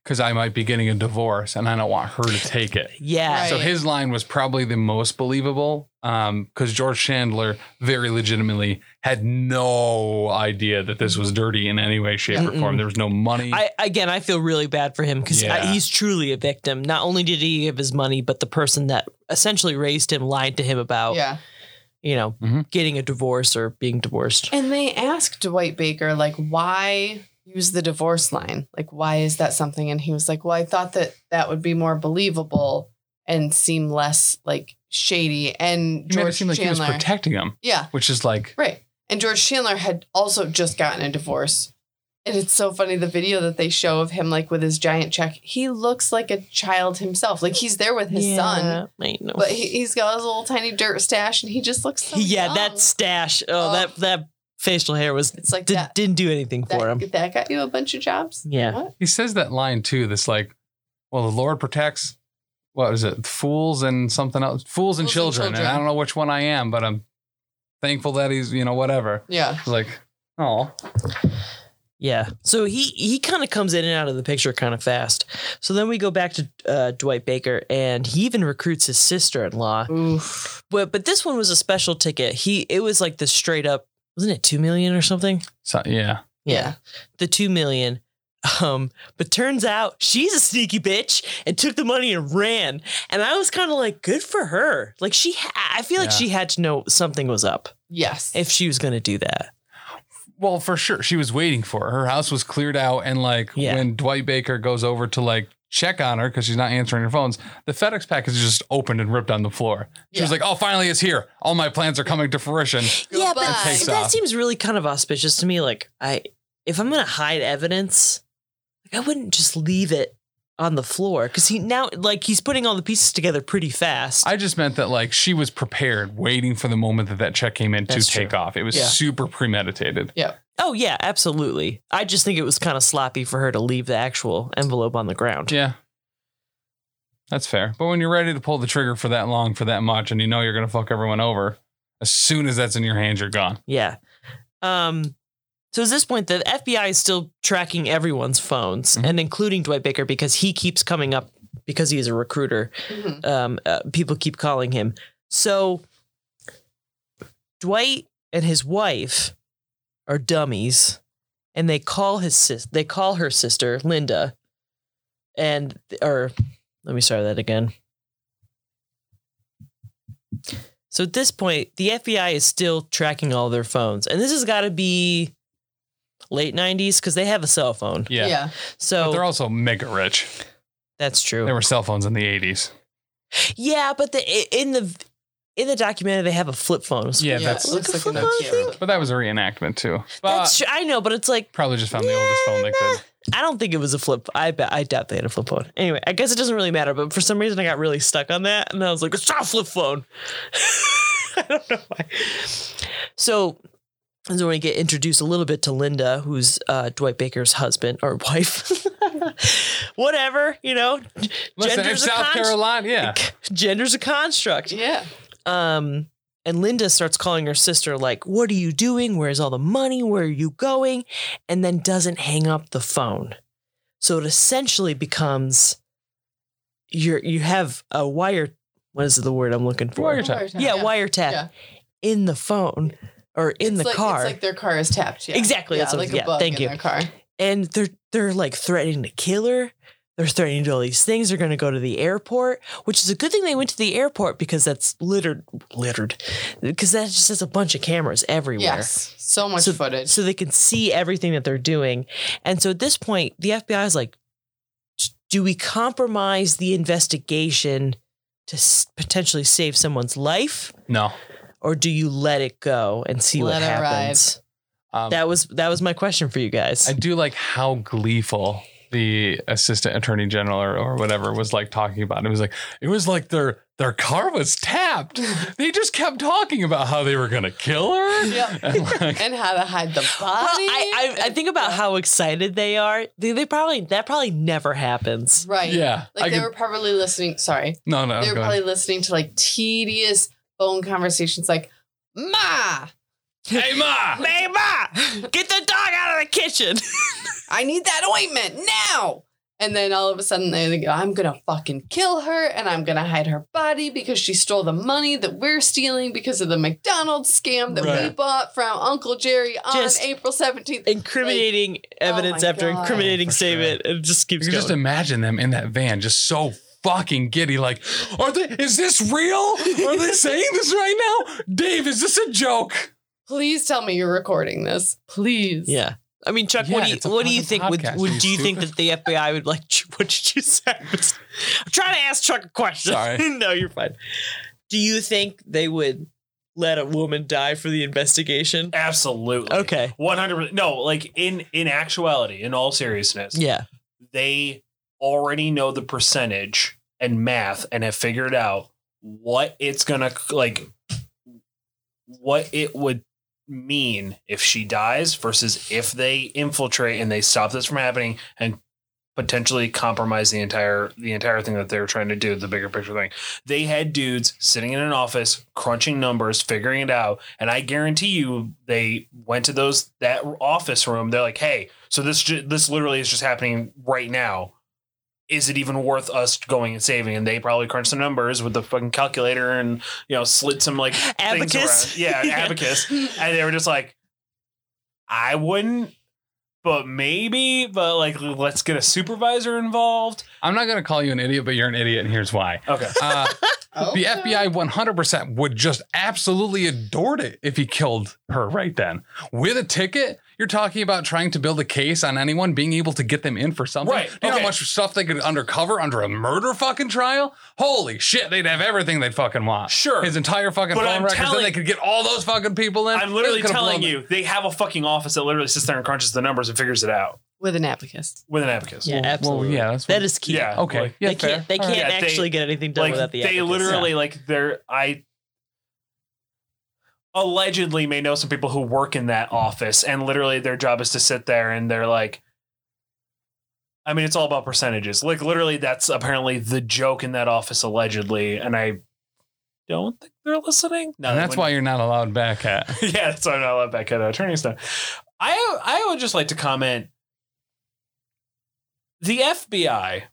Speaker 1: Because I might be getting a divorce and I don't want her to take it.
Speaker 4: Yeah.
Speaker 3: Right.
Speaker 1: So his line was probably the most believable because George Chandler very legitimately had no idea that this was dirty in any way, shape, or form.
Speaker 4: Mm-mm.
Speaker 1: There was no money.
Speaker 4: I again, I feel really bad for him because
Speaker 1: Yeah.
Speaker 4: he's truly a victim. Not only did he give his money, but the person that essentially raised him lied to him about,
Speaker 3: Yeah.
Speaker 4: you know,
Speaker 1: Mhm.
Speaker 4: getting a divorce or being divorced.
Speaker 3: And they asked Dwight Baker, like, why use the divorce line? Like, why is that something? And he was like, well, I thought that that would be more believable and seem less like shady. And
Speaker 1: he made it
Speaker 3: George
Speaker 1: seem like he
Speaker 3: Chandler.
Speaker 1: was protecting him,
Speaker 3: yeah.
Speaker 1: which is like,
Speaker 3: Right. And George Chandler had also just gotten a divorce. And it's so funny the video that they show of him like with his giant check. He looks like a child himself. Like he's there with his son,
Speaker 4: I know.
Speaker 3: but he, he's got his little tiny dirt stash, and he just looks so
Speaker 4: yeah,
Speaker 3: young.
Speaker 4: that stash. Oh,
Speaker 3: Oh.
Speaker 4: that that facial hair was
Speaker 3: it's like
Speaker 4: did,
Speaker 3: that,
Speaker 4: didn't do anything for him.
Speaker 3: that, that got you a bunch of jobs.
Speaker 4: Yeah.
Speaker 3: What?
Speaker 1: he says that line too. This like, well, the Lord protects. What is it? Fools and something else. Fools and,
Speaker 3: Fools and
Speaker 1: children. and I
Speaker 3: children.
Speaker 1: don't know which one I am, but I'm thankful that he's you know whatever.
Speaker 3: Yeah.
Speaker 1: It's like, oh,
Speaker 4: Yeah. So he he kind of comes in and out of the picture kind of fast. So then we go back to uh, Dwight Baker, and he even recruits his sister in law.
Speaker 3: Oof.
Speaker 4: But but this one was a special ticket. He it was like the straight up wasn't it two million or something?
Speaker 1: so, yeah.
Speaker 4: Yeah. The two million. Um, but turns out she's a sneaky bitch and took the money and ran. And I was kind of like, good for her. Like she, ha- I feel like
Speaker 1: Yeah.
Speaker 4: she had to know something was up
Speaker 3: Yes.
Speaker 4: if she was going to do that.
Speaker 1: Well, for sure, she was waiting for her. Her house was cleared out, and like
Speaker 4: Yeah.
Speaker 1: when Dwight Baker goes over to like check on her because she's not answering her phones, the FedEx package is just opened and ripped on the floor. She was
Speaker 3: Yeah.
Speaker 1: like, "Oh, finally, it's here! All my plans are coming to fruition."
Speaker 4: Yeah, but
Speaker 3: Goodbye. It
Speaker 1: takes
Speaker 4: that
Speaker 1: off.
Speaker 4: seems really kind of auspicious to me. Like I, if I'm going to hide evidence, like I wouldn't just leave it on the floor because he now like he's putting all the pieces together pretty fast.
Speaker 1: I just meant that like she was prepared, waiting for the moment that that check came in
Speaker 4: That's
Speaker 1: to
Speaker 4: true.
Speaker 1: take off. It was
Speaker 3: Yeah.
Speaker 1: super premeditated.
Speaker 4: oh yeah, absolutely. I just think it was kind of sloppy for her to leave the actual envelope on the ground.
Speaker 1: Yeah, that's fair. But when you're ready to pull the trigger for that long, for that much, and you know you're gonna fuck everyone over, as soon as that's in your hands, you're gone.
Speaker 4: Yeah. Um, so at this point, the FBI is still tracking everyone's phones
Speaker 1: Mhm.
Speaker 4: and including Dwight Baker because he keeps coming up because he is a recruiter.
Speaker 3: Mhm.
Speaker 4: Um, uh, people keep calling him. So Dwight and his wife are dummies, and they call his sis they call her sister Linda, and or let me start that again. So at this point, the FBI is still tracking all their phones, and this has got to be late '90s because they have a cell phone.
Speaker 1: Yeah.
Speaker 3: yeah.
Speaker 4: So
Speaker 1: But they're also mega rich.
Speaker 4: that's true.
Speaker 1: There were cell phones in the 80s.
Speaker 4: Yeah, but the in the in the documentary they have a flip phone. It's-
Speaker 1: Yeah,
Speaker 3: it
Speaker 1: that's-
Speaker 3: looks like a
Speaker 4: Look at
Speaker 3: Nokia.
Speaker 4: that
Speaker 1: But that was a reenactment too. But
Speaker 4: That's true. I know, but it's like
Speaker 1: probably just found the oldest phone they could.
Speaker 4: I don't think it was a flip. I bet I doubt they had a flip phone. Anyway, I guess it doesn't really matter. But for some reason, I got really stuck on that, and I was like, "It's not a flip phone." I don't know why. So, so when we get introduced a little bit to Linda, who's uh, Dwight Baker's husband or wife, whatever you know,
Speaker 1: Listen, in
Speaker 4: gender's a
Speaker 1: South
Speaker 4: con-
Speaker 1: Carolina, yeah.
Speaker 4: gender's a construct.
Speaker 3: Yeah.
Speaker 4: Um, and Linda starts calling her sister, like, What are you doing? Where's all the money? Where are you going? And then doesn't hang up the phone. So it essentially becomes you're you have a wire what is the word I'm looking for?
Speaker 1: Wiretap.
Speaker 4: Yeah, wiretap
Speaker 3: Yeah.
Speaker 4: in the phone or in
Speaker 3: It's
Speaker 4: the
Speaker 3: like,
Speaker 4: car.
Speaker 3: It's like their car is tapped. Yeah.
Speaker 4: Exactly,
Speaker 3: Yeah,
Speaker 4: that's what-
Speaker 3: like
Speaker 4: yeah,
Speaker 3: a bug
Speaker 4: thank
Speaker 3: in
Speaker 4: you.
Speaker 3: their car.
Speaker 4: and they're they're like threatening to kill her. They're threatening to do all these things. They're going to go to the airport, which is a good thing they went to the airport because that's littered, littered, because that just has a bunch of cameras everywhere.
Speaker 3: Yes. So much footage.
Speaker 4: So they can see everything that they're doing. And so at this point, the FBI is like, do we compromise the investigation to s- potentially save someone's life?
Speaker 1: No.
Speaker 4: Or do you let it go and see what
Speaker 3: Let it ride.
Speaker 4: happens?
Speaker 1: Um,
Speaker 4: That was that was my question for you guys.
Speaker 1: I do like how gleeful the assistant attorney general or, or whatever was like talking about. It was like it was like their their car was tapped. they just kept talking about how they were gonna kill her.
Speaker 3: Yep.
Speaker 1: And, like,
Speaker 3: and how to hide the body.
Speaker 4: Well, I, I, I think about how excited they are. They, they probably that probably never happens.
Speaker 3: Right.
Speaker 1: yeah.
Speaker 3: Like
Speaker 1: I
Speaker 3: they
Speaker 1: could-
Speaker 3: were probably listening. Sorry.
Speaker 1: no, no.
Speaker 3: they were
Speaker 1: go
Speaker 3: probably
Speaker 1: ahead.
Speaker 3: listening to like tedious phone conversations like, Ma,
Speaker 1: hey ma.
Speaker 4: Mama, get the dog out of the kitchen.
Speaker 3: I need that ointment now. And then all of a sudden they go, I'm gonna fucking kill her and I'm gonna hide her body because she stole the money that we're stealing because of the McDonald's scam that we
Speaker 1: Right.
Speaker 3: bought from Uncle Jerry on
Speaker 4: Just-
Speaker 3: April 17th.
Speaker 4: Incriminating evidence
Speaker 3: Oh my
Speaker 4: after
Speaker 3: God.
Speaker 4: incriminating
Speaker 1: For sure.
Speaker 4: statement. It just
Speaker 1: You
Speaker 4: keeps
Speaker 1: can
Speaker 4: going.
Speaker 1: just imagine them in that van, just so fucking giddy. Like, are they? Is this real? Are they saying this right now? Dave, is this a joke?
Speaker 3: Please tell me you're recording this. Please.
Speaker 4: yeah. I mean, Chuck,
Speaker 1: Yeah,
Speaker 4: what do you
Speaker 1: it's a
Speaker 4: what do you
Speaker 1: fucking
Speaker 4: think?
Speaker 1: podcast,
Speaker 4: Would, would
Speaker 1: you
Speaker 4: do you think
Speaker 1: stupid.
Speaker 4: that the FBI would like? What did you say? I'm trying to ask Chuck a question.
Speaker 1: Sorry.
Speaker 4: no, you're fine. Do you think they would let a woman die for the investigation?
Speaker 5: Absolutely.
Speaker 4: Okay.
Speaker 5: 100%. No, like in in actuality, in all seriousness,
Speaker 4: Yeah.
Speaker 5: they already know the percentage and math and have figured out what it's gonna like what it would mean if she dies versus if they infiltrate and they stop this from happening and potentially compromise the entire the entire thing that they were trying to do the bigger picture thing they had dudes sitting in an office crunching numbers figuring it out and i guarantee you they went to those that office room they're like hey so this ju- this literally is just happening right now is it even worth us going and saving and they probably crunched the numbers with the fucking calculator and you know slid some like things
Speaker 4: Abacus?
Speaker 5: around. yeah an
Speaker 4: Yeah.
Speaker 5: abacus and they were just like i wouldn't but maybe but like let's get a supervisor involved
Speaker 1: I'm not gonna call you an idiot, but you're an idiot, and here's why.
Speaker 5: okay
Speaker 1: Uh,
Speaker 3: Okay.
Speaker 1: The FBI 100% would just absolutely adored it if he killed her right then. With a ticket, you're talking about trying to build a case on anyone being able to get them in for something.
Speaker 5: Right,
Speaker 1: Do you know
Speaker 5: okay.
Speaker 1: how much stuff they could undercover under a murder fucking trial? Holy shit, they'd have everything they'd fucking want.
Speaker 5: Sure.
Speaker 1: His entire fucking
Speaker 5: But
Speaker 1: phone
Speaker 5: I'm
Speaker 1: records,
Speaker 5: telling-
Speaker 1: then they could get all those fucking people in.
Speaker 5: I'm literally
Speaker 1: They could've
Speaker 5: telling
Speaker 1: blown-
Speaker 5: you, they have a fucking office that literally sits there and crunches the numbers and figures it out
Speaker 3: With an abacus.
Speaker 5: with an abacus.
Speaker 4: Yeah. Absolutely.
Speaker 1: yeah, that's
Speaker 4: that
Speaker 1: what-
Speaker 4: is key.
Speaker 5: Yeah.
Speaker 1: Okay.
Speaker 5: Like-
Speaker 1: yeah,
Speaker 4: they can't. They
Speaker 1: fair. All
Speaker 4: can't
Speaker 1: right.
Speaker 5: Yeah, they-
Speaker 4: actually get anything done
Speaker 5: Like
Speaker 4: without the.
Speaker 5: they
Speaker 4: advocates.
Speaker 5: literally like they're I allegedly may know some people who work in that office and literally their job is to sit there and they're like I mean it's all about percentages. Like literally that's apparently the joke in that office allegedly and I don't think they're listening. No,
Speaker 1: And that's
Speaker 5: when-
Speaker 1: why you're not allowed back at.
Speaker 5: yeah, that's why I'm not allowed back at attorney stuff. I I would just like to comment. The FBI,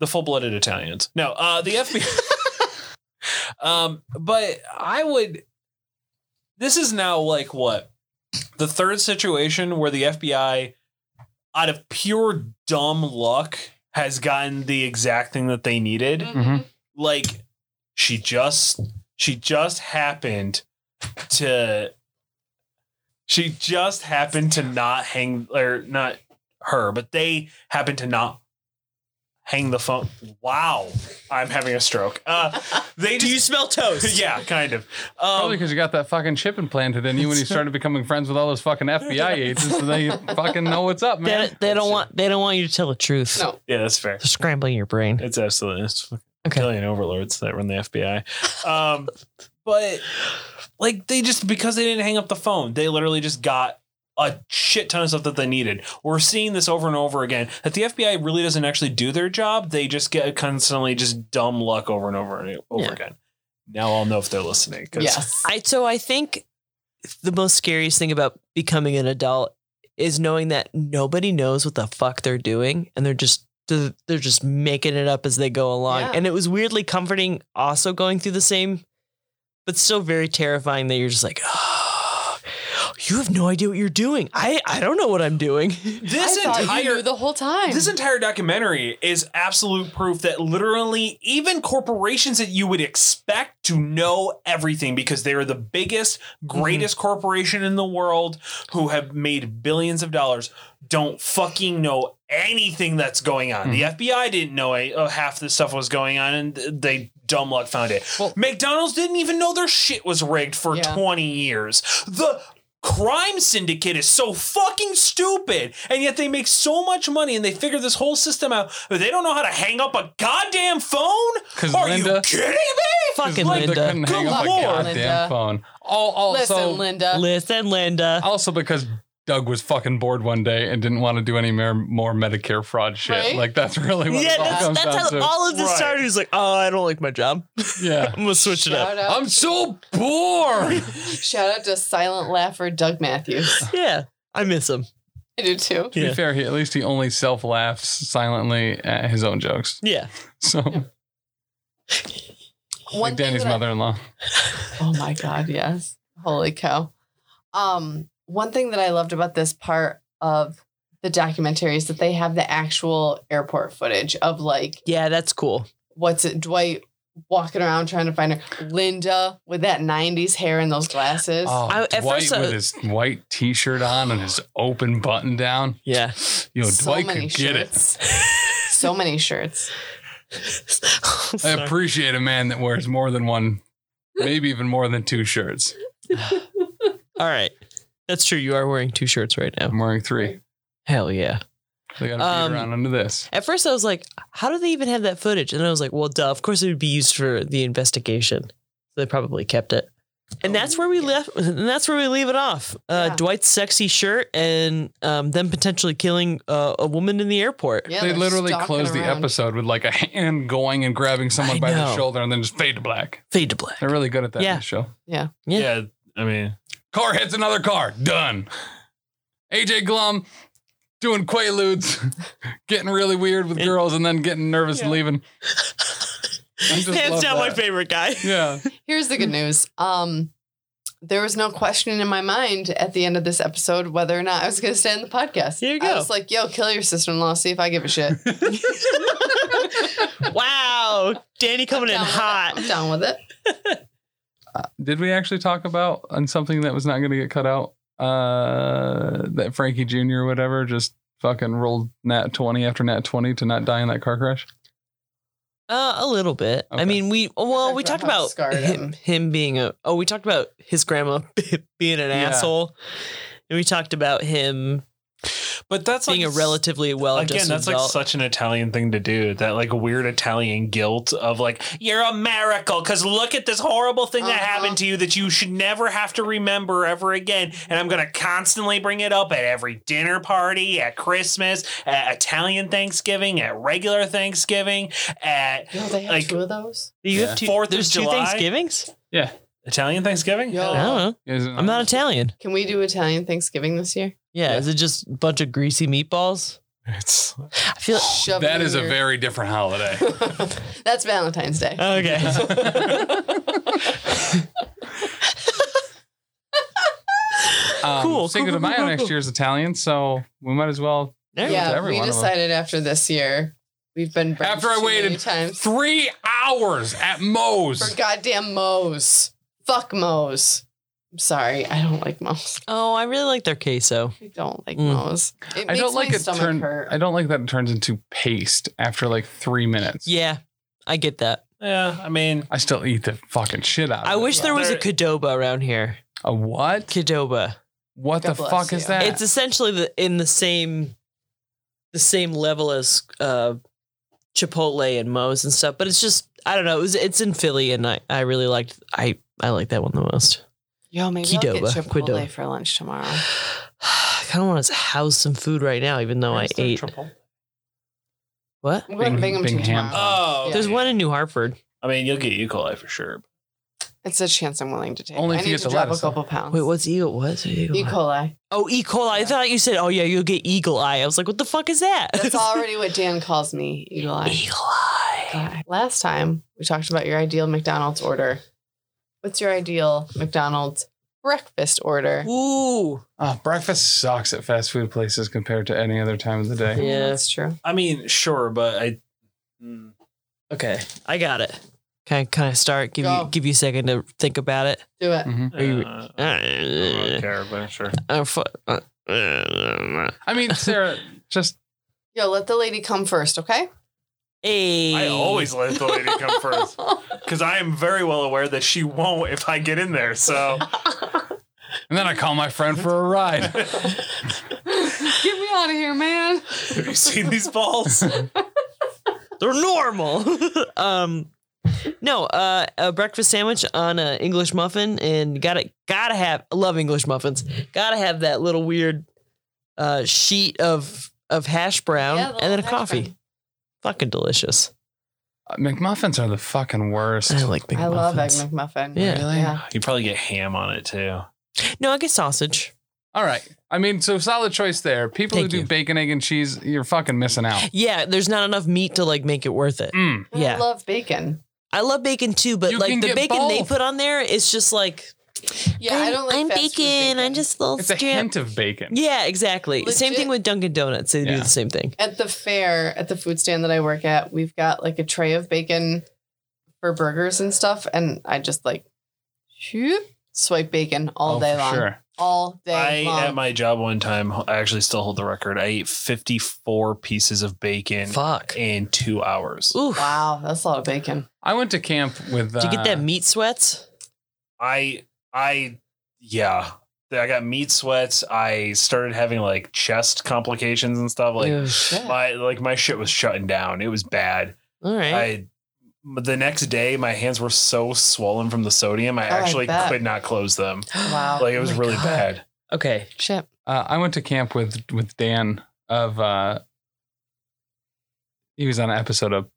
Speaker 5: the full-blooded Italians. No, uh, the FBI. um, but I would. This is now like what The third situation where the FBI, out of pure dumb luck, has gotten the exact thing that they needed.
Speaker 1: Mhm.
Speaker 5: Like she just she just happened to she just happened to not hang or not her, but they happened to not hang the phone. Wow, I'm having a stroke. Uh, they
Speaker 4: Do you
Speaker 5: just,
Speaker 4: smell toast?
Speaker 5: yeah, kind of.
Speaker 1: Probably
Speaker 5: Um,
Speaker 1: because you got that fucking chip implanted in you when you started becoming friends with all those fucking FBI agents, so they fucking know what's up,
Speaker 4: They,
Speaker 1: man.
Speaker 4: they don't want they don't want you to tell the truth.
Speaker 3: No.
Speaker 5: yeah, that's fair.
Speaker 4: They're scrambling your brain.
Speaker 5: It's absolutely it's
Speaker 4: Okay.
Speaker 5: Italian overlords that run the FBI. Um, but like they just because they didn't hang up the phone, they literally just got a shit ton of stuff that they needed. We're seeing this over and over again. That the FBI really doesn't actually do their job. They just get constantly just dumb luck over and over and over
Speaker 4: Yeah.
Speaker 5: again. Now I'll know if they're listening. 'cause-
Speaker 3: Yes.
Speaker 4: I so I think the most scariest thing about becoming an adult is knowing that nobody knows what the fuck they're doing and they're just they're they're just making it up as they go along.
Speaker 3: Yeah.
Speaker 4: And it was weirdly comforting also going through the same but still very terrifying that you're just like, "Oh, you have no idea what you're doing. I I don't know what I'm doing."
Speaker 5: This
Speaker 3: I thought
Speaker 5: entire
Speaker 3: you knew the whole time.
Speaker 5: This entire documentary is absolute proof that literally even corporations that you would expect to know everything because they are the biggest, greatest corporation in the world who have made billions of dollars don't fucking know anything that's going on. The FBI didn't know a, uh, half the stuff was going on and they dumb luck found it.
Speaker 1: Well-
Speaker 5: McDonald's didn't even know their shit was rigged for
Speaker 3: Yeah.
Speaker 5: 20 years. The crime syndicate is so fucking stupid and yet they make so much money and they figure this whole system out but they don't know how to hang up a goddamn phone
Speaker 1: 'Cause
Speaker 5: are
Speaker 1: Linda-
Speaker 5: you kidding me
Speaker 4: Fucking
Speaker 1: Linda
Speaker 4: Linda.
Speaker 1: couldn't hang
Speaker 5: Good
Speaker 1: up a
Speaker 5: lord,
Speaker 1: goddamn
Speaker 3: Linda.
Speaker 1: phone. Al- Also,
Speaker 3: Listen, Linda.
Speaker 4: Listen, Linda.
Speaker 1: also because Doug was fucking bored one day and didn't want to do any more, more Medicare fraud shit.
Speaker 3: Right?
Speaker 1: Like that's really what
Speaker 4: yeah,
Speaker 1: it all
Speaker 4: that's,
Speaker 1: comes
Speaker 4: that's
Speaker 1: down
Speaker 4: how
Speaker 1: to.
Speaker 4: all of this
Speaker 5: Right.
Speaker 4: started. He's like, "Oh, I don't like my job.
Speaker 1: yeah.
Speaker 4: I'm gonna switch it up."
Speaker 3: shout out,
Speaker 1: I'm so bored.
Speaker 3: shout out to silent laugher Doug Matthews.
Speaker 4: Yeah, I miss him.
Speaker 3: I do too.
Speaker 1: To
Speaker 4: Yeah.
Speaker 1: be fair, he, at least he only self laughs silently at his own jokes.
Speaker 4: Yeah.
Speaker 1: So, like
Speaker 3: thing
Speaker 1: Danny's
Speaker 3: that I-
Speaker 1: mother in law.
Speaker 3: Oh my god, yes. Holy cow. Um, one thing that I loved about this part of the documentary is that they have the actual airport footage of like
Speaker 4: Yeah, that's cool.
Speaker 3: what's it, Dwight walking around trying to find her. Linda with that 90s hair and those glasses.
Speaker 1: Oh,
Speaker 4: I- at
Speaker 1: Dwight
Speaker 4: first, uh,
Speaker 1: with his white t shirt on and his open button down.
Speaker 4: Yeah.
Speaker 1: Yo,
Speaker 3: so
Speaker 1: Dwight
Speaker 3: many
Speaker 1: could get it.
Speaker 3: shirts. so many shirts.
Speaker 1: I appreciate a man that wears more than one, maybe even more than two shirts.
Speaker 4: All right. That's true. You are wearing two shirts right now.
Speaker 1: I'm wearing three.
Speaker 4: Hell yeah.
Speaker 1: They got to
Speaker 4: Um,
Speaker 1: beat around under this.
Speaker 4: At first, I was like, how do they even have that footage? And I was like, well, duh, of course it would be used for the investigation. They probably kept it. And that's where we left. And that's where we leave it off. Uh,
Speaker 3: Yeah.
Speaker 4: Dwight's sexy shirt and um, them potentially killing uh, a woman in the airport.
Speaker 3: Yeah,
Speaker 1: they
Speaker 3: they're
Speaker 1: literally
Speaker 3: stalking
Speaker 1: closed the
Speaker 3: around.
Speaker 1: episode with like a hand going and grabbing someone
Speaker 4: I
Speaker 1: by the
Speaker 4: know.
Speaker 1: shoulder and then just fade to black.
Speaker 4: Fade to black.
Speaker 1: They're really good at that in
Speaker 4: Yeah.
Speaker 1: the show.
Speaker 4: Yeah.
Speaker 5: i mean
Speaker 1: Car hits another car. Done. AJ Glum doing quaaludes, getting really weird with girls, and then getting nervous and leaving. I just
Speaker 4: Hands
Speaker 1: love
Speaker 4: down, my
Speaker 1: that.
Speaker 4: favorite guy.
Speaker 1: Yeah.
Speaker 3: Here's the
Speaker 4: Mm.
Speaker 3: good news. Um, there was no question in my mind at the end of this episode whether or not I was going to stay on the podcast.
Speaker 4: There you
Speaker 3: I
Speaker 4: go.
Speaker 3: was like, "Yo, kill your sister-in-law. See if I give a shit."
Speaker 4: wow. Danny coming in
Speaker 3: Down with it.
Speaker 4: hot.
Speaker 3: I'm down with it.
Speaker 1: Did we actually talk about on something that was not going to get cut out? Uh, that Frankie Jr. or whatever just fucking rolled nat 20 after nat 20 to not die in that car crash.
Speaker 4: Uh, a little bit.
Speaker 1: Okay.
Speaker 4: I mean, we well,
Speaker 3: talked
Speaker 4: we
Speaker 3: about how
Speaker 4: talked
Speaker 3: it
Speaker 4: about
Speaker 3: scarred him.
Speaker 4: him, him being a oh, we talked about his grandma being an
Speaker 1: Yeah.
Speaker 4: asshole, and we talked about him
Speaker 5: but that's
Speaker 4: being
Speaker 5: like
Speaker 4: a relatively well-adjusted
Speaker 5: again that's like
Speaker 4: adult.
Speaker 5: such an italian thing to do that like weird italian guilt of like you're a miracle because look at this horrible thing that
Speaker 3: Uh-huh.
Speaker 5: happened to you that you should never have to remember ever again and i'm gonna constantly bring it up at every dinner party at christmas at italian thanksgiving at regular thanksgiving at
Speaker 3: Yo, they have
Speaker 5: Like-
Speaker 3: two of those.
Speaker 4: Do you
Speaker 1: Yeah.
Speaker 4: have two,
Speaker 5: Fourth of
Speaker 4: there's two
Speaker 5: July? Oh.
Speaker 4: Thanksgivings.
Speaker 1: Yeah.
Speaker 5: italian thanksgiving
Speaker 3: Yo.
Speaker 4: I don't know.
Speaker 1: Isn't
Speaker 4: I'm not Italian.
Speaker 3: Can we do Italian Thanksgiving this year?
Speaker 4: Yeah,
Speaker 1: Oh. Yeah.
Speaker 4: is it just a bunch of greasy meatballs?
Speaker 5: it's
Speaker 4: I feel
Speaker 3: Shove
Speaker 1: That
Speaker 3: it in
Speaker 1: is a
Speaker 3: your-
Speaker 1: very different holiday.
Speaker 3: That's Valentine's Day.
Speaker 4: okay.
Speaker 1: Um,
Speaker 4: Cool,
Speaker 1: Um, Cinco de Mayo next year is Italian, so we might as well.
Speaker 4: There
Speaker 1: to
Speaker 3: yeah,
Speaker 1: every
Speaker 3: we
Speaker 1: one of them.
Speaker 3: decided after this year. We've been brunch
Speaker 1: After I
Speaker 3: too many
Speaker 1: waited
Speaker 3: times
Speaker 1: Three hours at Moe's.
Speaker 3: for goddamn Moe's. Fuck Moe's. I'm sorry, I don't like Moe's.
Speaker 4: Oh, I really like their queso.
Speaker 3: I don't like
Speaker 4: Mm.
Speaker 3: Moe's. It
Speaker 1: I
Speaker 3: makes
Speaker 1: don't like
Speaker 3: my
Speaker 1: it
Speaker 3: stomach
Speaker 1: turn.
Speaker 3: hurt.
Speaker 1: I don't like that it turns into paste after like three minutes.
Speaker 4: Yeah, I get that.
Speaker 5: Yeah, I mean,
Speaker 1: I still eat the fucking shit out. Of
Speaker 4: I
Speaker 1: it.
Speaker 4: wish there was a
Speaker 5: There-
Speaker 4: Cadoba around here.
Speaker 1: a what?
Speaker 4: Cadoba.
Speaker 1: What
Speaker 3: God
Speaker 1: the
Speaker 3: bless
Speaker 1: fuck is
Speaker 3: you.
Speaker 1: that?
Speaker 4: It's essentially the in the same the same level as uh Chipotle and Moe's and stuff, but it's just I don't know. It was it's in Philly, and I I really liked I I like that one the most.
Speaker 3: Yo, maybe I'll
Speaker 4: Qdoba.
Speaker 3: get Chipotle
Speaker 4: Qdoba.
Speaker 3: for lunch tomorrow.
Speaker 4: I kind of want to house some food right now, even though
Speaker 5: where's
Speaker 4: I
Speaker 5: their
Speaker 4: ate
Speaker 5: triple?
Speaker 4: what.
Speaker 3: We're going to
Speaker 1: Bing-
Speaker 3: Binghamton
Speaker 1: Bingham.
Speaker 3: tomorrow.
Speaker 5: Oh,
Speaker 3: Yeah.
Speaker 4: There's one in New Hartford.
Speaker 5: I mean, you'll get E. coli for sure.
Speaker 3: It's a chance I'm willing to take.
Speaker 1: Only
Speaker 3: I
Speaker 1: if you
Speaker 3: need
Speaker 1: get
Speaker 3: to
Speaker 1: the
Speaker 3: drop
Speaker 1: lettuce,
Speaker 3: a
Speaker 1: though.
Speaker 3: couple pounds.
Speaker 4: Wait, what's E? What's E?
Speaker 3: E. coli?
Speaker 4: Oh, E. coli. I
Speaker 3: Yeah.
Speaker 4: thought you said, oh yeah, you'll get eagle eye. I was like, what the fuck is that?
Speaker 3: That's already what Dan calls me, Eagle Eye.
Speaker 4: eagle eye.
Speaker 3: God. Last time we talked about your ideal McDonald's order. What's your ideal McDonald's breakfast order?
Speaker 4: Ooh.
Speaker 1: oh, breakfast sucks at fast food places compared to any other time of the day.
Speaker 4: Yeah.
Speaker 3: that's true.
Speaker 5: I mean, sure, but I. mm,
Speaker 4: Okay, I got it. Can I, can I start? Give
Speaker 3: Go.
Speaker 4: you give you a second to think about it.
Speaker 3: Do it.
Speaker 1: Mm-hmm.
Speaker 4: Are you-
Speaker 5: uh, I don't care, but sure.
Speaker 4: Uh, fu- uh, uh,
Speaker 1: I mean, Sarah, just
Speaker 3: Yo, let the lady come first, okay?
Speaker 4: hey.
Speaker 5: I always let the lady come first because I am very well aware that she won't if I get in there. So
Speaker 1: and then I call my friend for a ride.
Speaker 3: Get me out of here, man.
Speaker 5: have you seen these balls?
Speaker 4: They're normal. um, no, uh, a breakfast sandwich on an English muffin, and gotta gotta have. I love English muffins. Gotta have that little weird uh, sheet of of hash brown,
Speaker 3: Yeah, the
Speaker 4: and then a
Speaker 3: little hash
Speaker 4: coffee.
Speaker 3: brown.
Speaker 4: Fucking delicious.
Speaker 1: Uh, McMuffins are the fucking worst.
Speaker 4: I like big.
Speaker 3: I love Egg
Speaker 4: muffins.
Speaker 3: McMuffin.
Speaker 4: Yeah.
Speaker 1: Really?
Speaker 3: Yeah.
Speaker 5: You probably get ham on it too.
Speaker 4: No, I get sausage.
Speaker 1: All right. I mean, so solid choice there. People
Speaker 4: Thank
Speaker 1: who do
Speaker 4: you.
Speaker 1: bacon, egg, and cheese, you're fucking missing out.
Speaker 4: Yeah, there's not enough meat to like make it worth it.
Speaker 1: Mm.
Speaker 4: Yeah.
Speaker 3: I love bacon.
Speaker 4: I love bacon too, but
Speaker 1: You can
Speaker 4: like the
Speaker 1: get
Speaker 4: bacon they
Speaker 1: both.
Speaker 4: put on there, it's just like
Speaker 3: Yeah, I
Speaker 4: I'm-
Speaker 3: don't like
Speaker 4: I'm
Speaker 3: fast food
Speaker 4: bacon. I'm just a little
Speaker 1: It's a
Speaker 4: strip.
Speaker 1: hint of bacon.
Speaker 4: Yeah, exactly. Same
Speaker 3: Legit-
Speaker 4: thing with Dunkin' Donuts. They do
Speaker 1: Yeah.
Speaker 4: the same thing.
Speaker 3: at the fair at the food stand that I work at, we've got like a tray of bacon for burgers and stuff, and I just like shoop, swipe bacon all
Speaker 1: Oh,
Speaker 3: day
Speaker 1: for
Speaker 3: long,
Speaker 1: Sure.
Speaker 3: all day
Speaker 5: I
Speaker 3: long.
Speaker 5: at my job one time. I actually still hold the record. I ate fifty four pieces of bacon
Speaker 4: Fuck.
Speaker 5: in two hours.
Speaker 4: Ooh.
Speaker 3: wow, that's a lot of bacon.
Speaker 1: I went to camp with. Uh,
Speaker 4: Did you get that meat sweats?
Speaker 5: I I yeah. I got meat sweats. I started having like chest complications and stuff. Like
Speaker 4: Ew, shit.
Speaker 5: my like my shit was shutting down. It was bad.
Speaker 4: All right.
Speaker 5: I the next day my hands were so swollen from the sodium. I
Speaker 3: I
Speaker 5: actually
Speaker 3: bet.
Speaker 5: could not close them.
Speaker 3: Wow. Oh
Speaker 5: Like it was
Speaker 4: Oh my
Speaker 5: really
Speaker 4: God.
Speaker 5: bad.
Speaker 4: Okay.
Speaker 3: Shit.
Speaker 1: Uh, I went to camp with with Dan of. Uh, he was on an episode of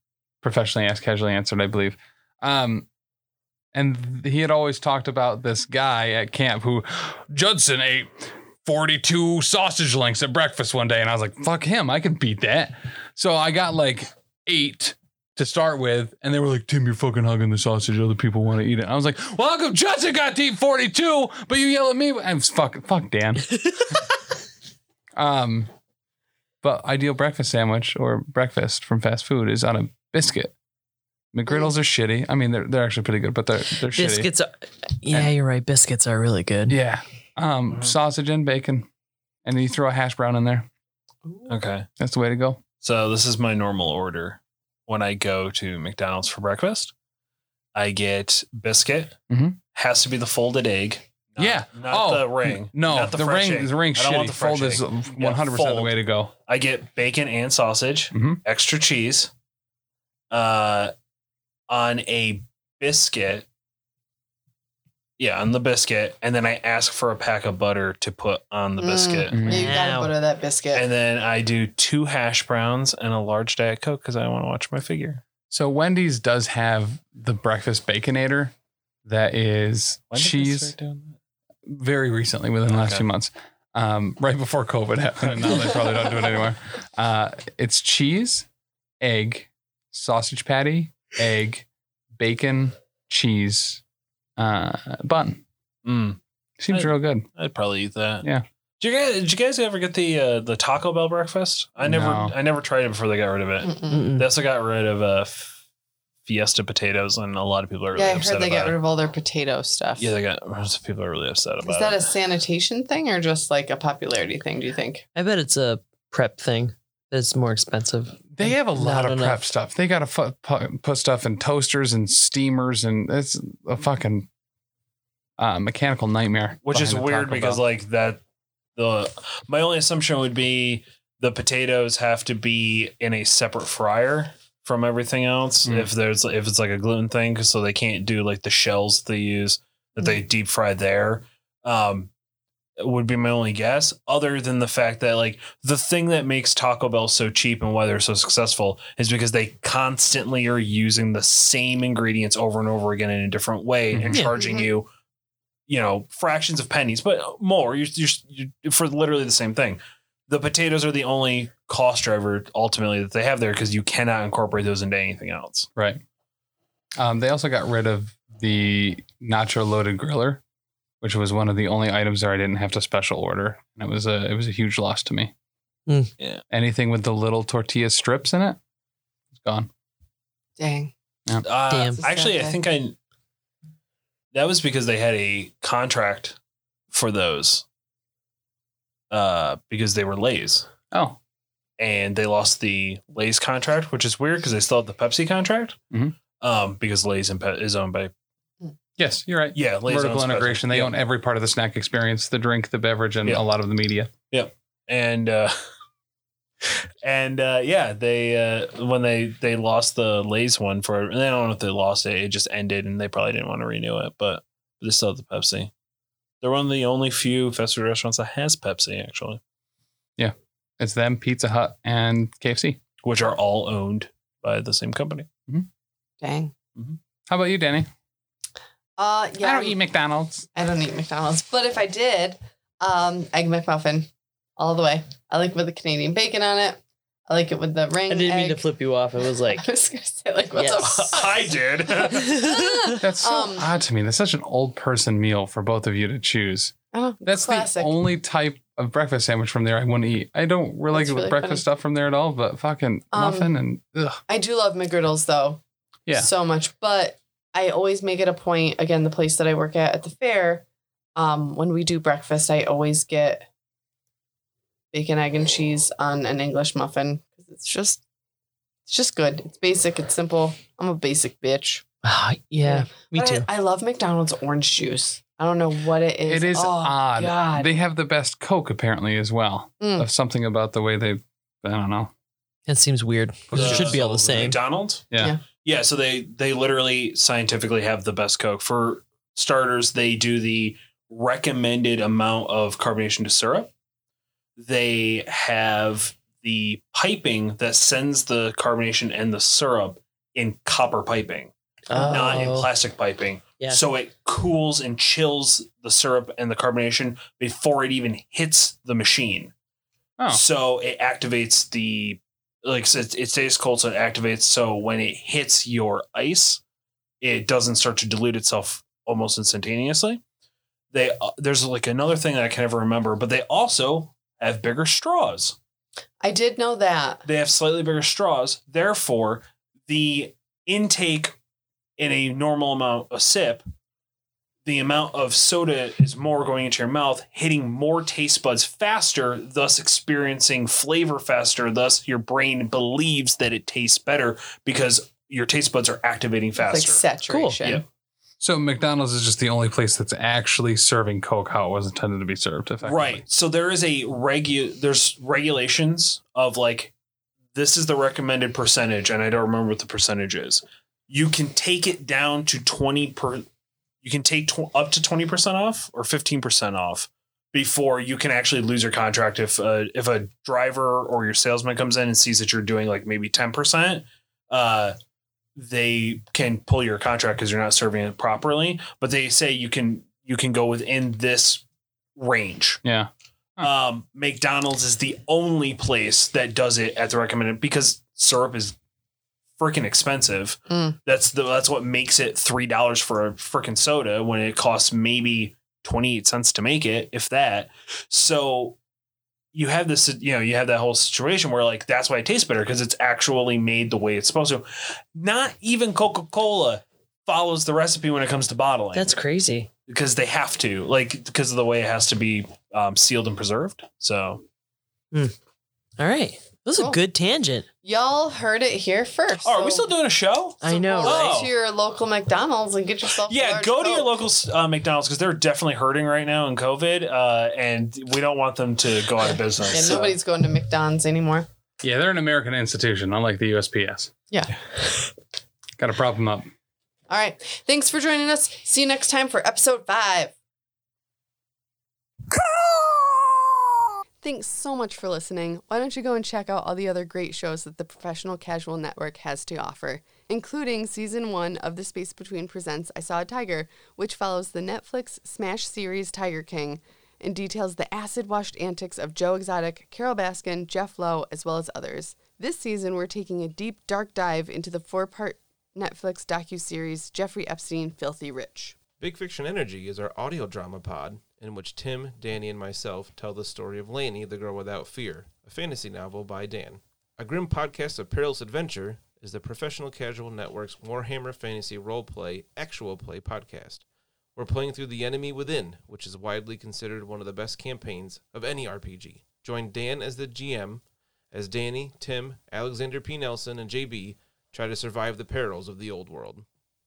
Speaker 1: Professionally Asked, Casually Answered, I believe. Um, and he had always talked about this guy at camp who Judson ate 42 sausage links at breakfast one day. And I was like, fuck him. I could beat that. So I got like eight to start with. And they were like, Tim, you're fucking hugging the sausage. Other people want to eat it. I was like, well, how come Judson got to eat 42, but you yell at me? I was fucking, fuck Dan. um, but ideal breakfast sandwich or breakfast from fast food is on a biscuit. McGriddles are shitty. I mean, they're, they're actually pretty good, but they're, they're shitty.
Speaker 4: Biscuits are Yeah, you're right. Biscuits are really good.
Speaker 1: Yeah. Um,
Speaker 5: Mhm.
Speaker 1: sausage and bacon. And then you throw a hash brown in there.
Speaker 5: Okay.
Speaker 1: That's the way to go.
Speaker 5: So this is my normal order when I go to McDonald's for breakfast. I get biscuit.
Speaker 1: Mhm.
Speaker 5: Has to be the folded egg. Not,
Speaker 1: Yeah.
Speaker 5: Not the ring.
Speaker 1: No,
Speaker 5: Not
Speaker 1: the,
Speaker 5: fresh
Speaker 1: ring
Speaker 5: egg.
Speaker 1: the ring's
Speaker 5: I don't
Speaker 1: shitty.
Speaker 5: want the fresh
Speaker 1: fold is
Speaker 5: egg.
Speaker 1: 100% the
Speaker 5: fold.
Speaker 1: way to go.
Speaker 5: I get bacon and sausage,
Speaker 1: Mhm.
Speaker 5: extra cheese, uh, on a biscuit. Yeah, on the biscuit, and then I ask for a pack of butter to put on the
Speaker 3: Mm.
Speaker 5: biscuit,
Speaker 1: Mm-hmm.
Speaker 3: Yeah, you gotta
Speaker 4: Wow.
Speaker 3: butter that biscuit.
Speaker 5: and then I do two hash browns and a large diet coke because I want to watch my figure.
Speaker 1: So Wendy's does have the breakfast baconator that is
Speaker 5: When did they
Speaker 1: cheese
Speaker 5: start doing
Speaker 1: very recently within the last
Speaker 5: Okay.
Speaker 1: few months. Um, right before COVID happened, and now they probably don't do it anymore. Uh, it's cheese, egg, sausage patty, egg, bacon, cheese, uh, bun.
Speaker 5: that? Mm,
Speaker 1: Seems
Speaker 5: I-
Speaker 1: real good.
Speaker 5: Mm, I'd probably eat that.
Speaker 1: Yeah.
Speaker 5: Did you guys, did you guys ever get the uh, the Taco Bell breakfast? I never
Speaker 1: No.
Speaker 5: I never tried it before they got rid of it.
Speaker 3: Mm-mm.
Speaker 4: Mm-mm.
Speaker 5: They also got rid of uh, f- Fiesta potatoes, and a lot of people are really
Speaker 3: yeah, I
Speaker 5: upset
Speaker 3: heard they
Speaker 5: about
Speaker 3: got
Speaker 5: it.
Speaker 3: rid of all their potato stuff.
Speaker 5: yeah, they got lots of people are really upset about
Speaker 3: Is that
Speaker 5: it.
Speaker 3: a sanitation thing or just like a popularity thing, do you think?
Speaker 4: I bet it's a prep thing. That it's more expensive.
Speaker 1: They have a lot
Speaker 4: Not
Speaker 1: of prep
Speaker 4: enough.
Speaker 1: stuff. They got to fu- pu- put stuff in toasters and steamers, and it's a fucking uh, mechanical nightmare.
Speaker 5: Which is
Speaker 1: behind a
Speaker 5: weird
Speaker 1: Taco
Speaker 5: because
Speaker 1: Bell.
Speaker 5: like that the my only assumption would be the potatoes have to be in a separate fryer from everything else
Speaker 1: Mm.
Speaker 5: if there's if it's like a gluten thing so they can't do like the shells they use that they deep fry there um would be my only guess other than the fact that like the thing that makes Taco Bell so cheap and why they're so successful is because they constantly are using the same ingredients over and over again in a different way and
Speaker 4: Mhm. Yeah.
Speaker 5: charging
Speaker 3: Mhm.
Speaker 5: you you know fractions of pennies but more you're, you're, you're for literally the same thing the potatoes are the only cost driver ultimately that they have there because you cannot incorporate those into anything else
Speaker 1: right. Um, they also got rid of the nacho loaded griller, which was one of the only items there I didn't have to special order, and it was a it was a huge loss to me.
Speaker 4: Mm.
Speaker 5: Yeah.
Speaker 1: Anything with the little tortilla strips in it, it's gone.
Speaker 3: Dang.
Speaker 5: Uh,
Speaker 4: Damn.
Speaker 5: Actually, I think I. That was because they had a contract for those. Uh, because they were Lay's
Speaker 1: Oh,
Speaker 5: and they lost the Lay's contract, which is weird because they still have the Pepsi contract.
Speaker 1: Mhm.
Speaker 5: Um, because Lay's and Pe- is owned by
Speaker 1: yes, you're right.
Speaker 5: yeah Lay's
Speaker 1: Vertical
Speaker 5: owns Pepsi.
Speaker 1: integration. They
Speaker 5: Yeah.
Speaker 1: own every part of the snack experience, the drink, the beverage, and
Speaker 5: Yeah.
Speaker 1: a lot of the media.
Speaker 5: and uh and uh yeah they uh when they they lost the lays one for and i don't know if they lost it it just ended and they probably didn't want to renew it but they still have the pepsi they're one of the only few fast food restaurants that has pepsi actually
Speaker 1: It's them, Pizza Hut, and KFC.
Speaker 5: which are all owned by the same company
Speaker 3: Dang.
Speaker 1: How about you, Danny?
Speaker 3: Uh, yeah.
Speaker 1: I don't eat McDonald's.
Speaker 3: I don't eat McDonald's, but if I did, um, Egg McMuffin all the way. I like it with the Canadian bacon on it. I like it with the ring.
Speaker 4: I didn't mean
Speaker 3: egg.
Speaker 4: to flip you off. I was like,
Speaker 3: I was gonna say like what's
Speaker 4: Yes.
Speaker 3: up?
Speaker 5: i did
Speaker 1: That's so
Speaker 3: Um,
Speaker 1: odd to me. That's such an old person meal for both of you to choose.
Speaker 3: Oh,
Speaker 1: That's
Speaker 3: classic.
Speaker 1: the only type of breakfast sandwich from there I wouldn't eat. I don't really
Speaker 3: That's
Speaker 1: like
Speaker 3: really
Speaker 1: breakfast stuff from there at all, but fucking
Speaker 3: Um,
Speaker 1: muffin and ugh.
Speaker 3: I do love McGriddles though.
Speaker 1: Yeah.
Speaker 3: So much. But I always make it a point, again, the place that I work at at the fair, um, when we do breakfast, I always get bacon, egg, and cheese on an English muffin. 'Cause It's just it's just good. It's basic, it's simple. I'm a basic bitch.
Speaker 4: Ah, yeah, me
Speaker 3: But I-
Speaker 4: too.
Speaker 3: I, love McDonald's orange juice. I don't know what it is.
Speaker 1: It is
Speaker 3: Oh,
Speaker 1: odd.
Speaker 3: God.
Speaker 1: They have the best Coke apparently as well.
Speaker 3: Mm.
Speaker 1: Of something about the way they, I don't know.
Speaker 4: That seems weird. It should be all the same.
Speaker 5: mcdonald's
Speaker 1: Yeah.
Speaker 3: Yeah.
Speaker 5: yeah so they they literally scientifically have the best coke for starters they do the recommended amount of carbonation to syrup they have the piping that sends the carbonation and the syrup in copper piping not in
Speaker 4: Oh.
Speaker 5: plastic piping
Speaker 4: Yeah.
Speaker 5: so it cools and chills the syrup and the carbonation before it even hits the machine
Speaker 1: Oh,
Speaker 5: so it activates the like so it, it stays cold, so it activates. So when it hits your ice, it doesn't start to dilute itself almost instantaneously. They uh, there's like another thing that I can never remember, but they also have bigger straws.
Speaker 3: I did know that.
Speaker 5: They have slightly bigger straws. Therefore, the intake in a normal amount a sip, the amount of soda is more going into your mouth, hitting more taste buds faster, thus experiencing flavor faster. Thus, your brain believes that it tastes better because your taste buds are activating faster.
Speaker 3: It's like saturation.
Speaker 5: Cool. Yeah.
Speaker 1: so McDonald's is just the only place that's actually serving Coke how it was intended to be served. Effectively.
Speaker 5: Right. So there is a regu there's regulations of like this is the recommended percentage, and I don't remember what the percentage is. You can take it down to twenty per. You can take tw- up to twenty percent off or fifteen percent off before you can actually lose your contract. If uh, if a driver or your salesman comes in and sees that you're doing like maybe ten percent, uh, they can pull your contract because you're not serving it properly. But they say you can you can go within this range.
Speaker 1: Yeah. Huh.
Speaker 5: Um, McDonald's is the only place that does it at the recommended because syrup is freaking expensive.
Speaker 3: Mm.
Speaker 5: That's the that's what makes it three dollars for a freaking soda when it costs maybe 28 cents to make it, if that. So you have this, you know, you have that whole situation where like that's why it tastes better because it's actually made the way it's supposed to. Not even Coca Cola follows the recipe when it comes to bottling
Speaker 4: That's crazy.
Speaker 5: because they have to, like, because of the way it has to be um, sealed and preserved. So,
Speaker 4: All right. This is
Speaker 3: Cool.
Speaker 4: a good tangent.
Speaker 3: Y'all heard it here first.
Speaker 5: oh, are we
Speaker 3: so-
Speaker 5: still doing a show?
Speaker 4: I know,
Speaker 3: Go right
Speaker 5: right?
Speaker 3: to your local McDonald's and get yourself. a
Speaker 5: Yeah,
Speaker 3: large
Speaker 5: go to your
Speaker 3: Coke.
Speaker 5: local uh, McDonald's because they're definitely hurting right now in COVID, uh, and we don't want them to go out of business.
Speaker 3: Yeah,
Speaker 5: so.
Speaker 3: nobody's going to McDonald's anymore.
Speaker 1: Yeah, they're an American institution, unlike the USPS.
Speaker 3: Yeah.
Speaker 1: Got to prop them up.
Speaker 3: All right. Thanks for joining us. See you next time for episode five. Thanks so much for listening. Why don't you go and check out all the other great shows that the Professional Casual Network has to offer, including season one of The Space Between Presents I Saw a Tiger, which follows the Netflix smash series Tiger King and details the acid washed antics of Joe Exotic, Carol Baskin, Jeff Lowe, as well as others. This season, we're taking a deep, dark dive into the four part Netflix docuseries Jeffrey Epstein Filthy Rich.
Speaker 6: Big Fiction Energy is our audio drama pod in which Tim, Danny, and myself tell the story of Laney, the Girl Without Fear, a fantasy novel by Dan. A grim podcast of perilous adventure is the Professional Casual Network's Warhammer Fantasy Roleplay Actual Play podcast. We're playing through The Enemy Within, which is widely considered one of the best campaigns of any RPG. Join Dan as the GM as Danny, Tim, Alexander P. Nelson, and JB try to survive the perils of the old world.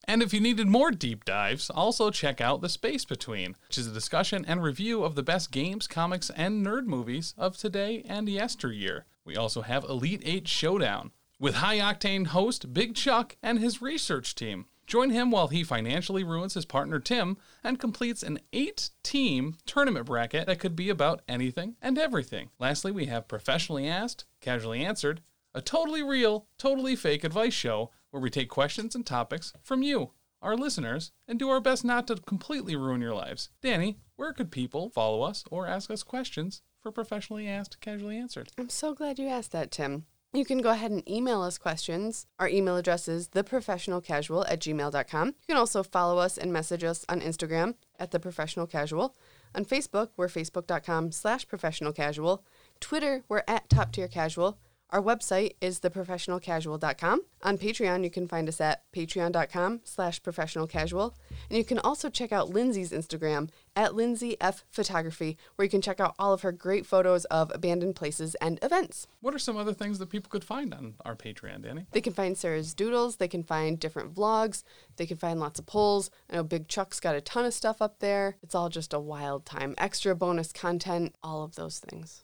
Speaker 1: And if you needed more deep dives, also check out The Space Between, which is a discussion and review of the best games, comics, and nerd movies of today and yesteryear. We also have Elite 8 Showdown with high octane host Big Chuck and his research team. Join him while he financially ruins his partner Tim and completes an eight team tournament bracket that could be about anything and everything. Lastly, we have Professionally Asked, Casually Answered, a totally real, totally fake advice show where we take questions and topics from you, our listeners, and do our best not to completely ruin your lives. Danny, where could people follow us or ask us questions for professionally asked, casually answered?
Speaker 3: I'm so glad you asked that, Tim. You can go ahead and email us questions. Our email address is theprofessionalcasual at gmail.com. You can also follow us and message us on Instagram at theprofessionalcasual. On Facebook, we're facebook.com slash professionalcasual. Twitter, we're at top tier casual. Our website is theprofessionalcasual.com. On Patreon, you can find us at patreon.com slash professionalcasual. And you can also check out Lindsay's Instagram at Lindsay F Photography, where you can check out all of her great photos of abandoned places and events.
Speaker 1: What are some other things that people could find on our Patreon, Danny?
Speaker 3: They can find Sarah's doodles, they can find different vlogs, they can find lots of polls. I know Big Chuck's got a ton of stuff up there. It's all just a wild time. Extra bonus content, all of those things.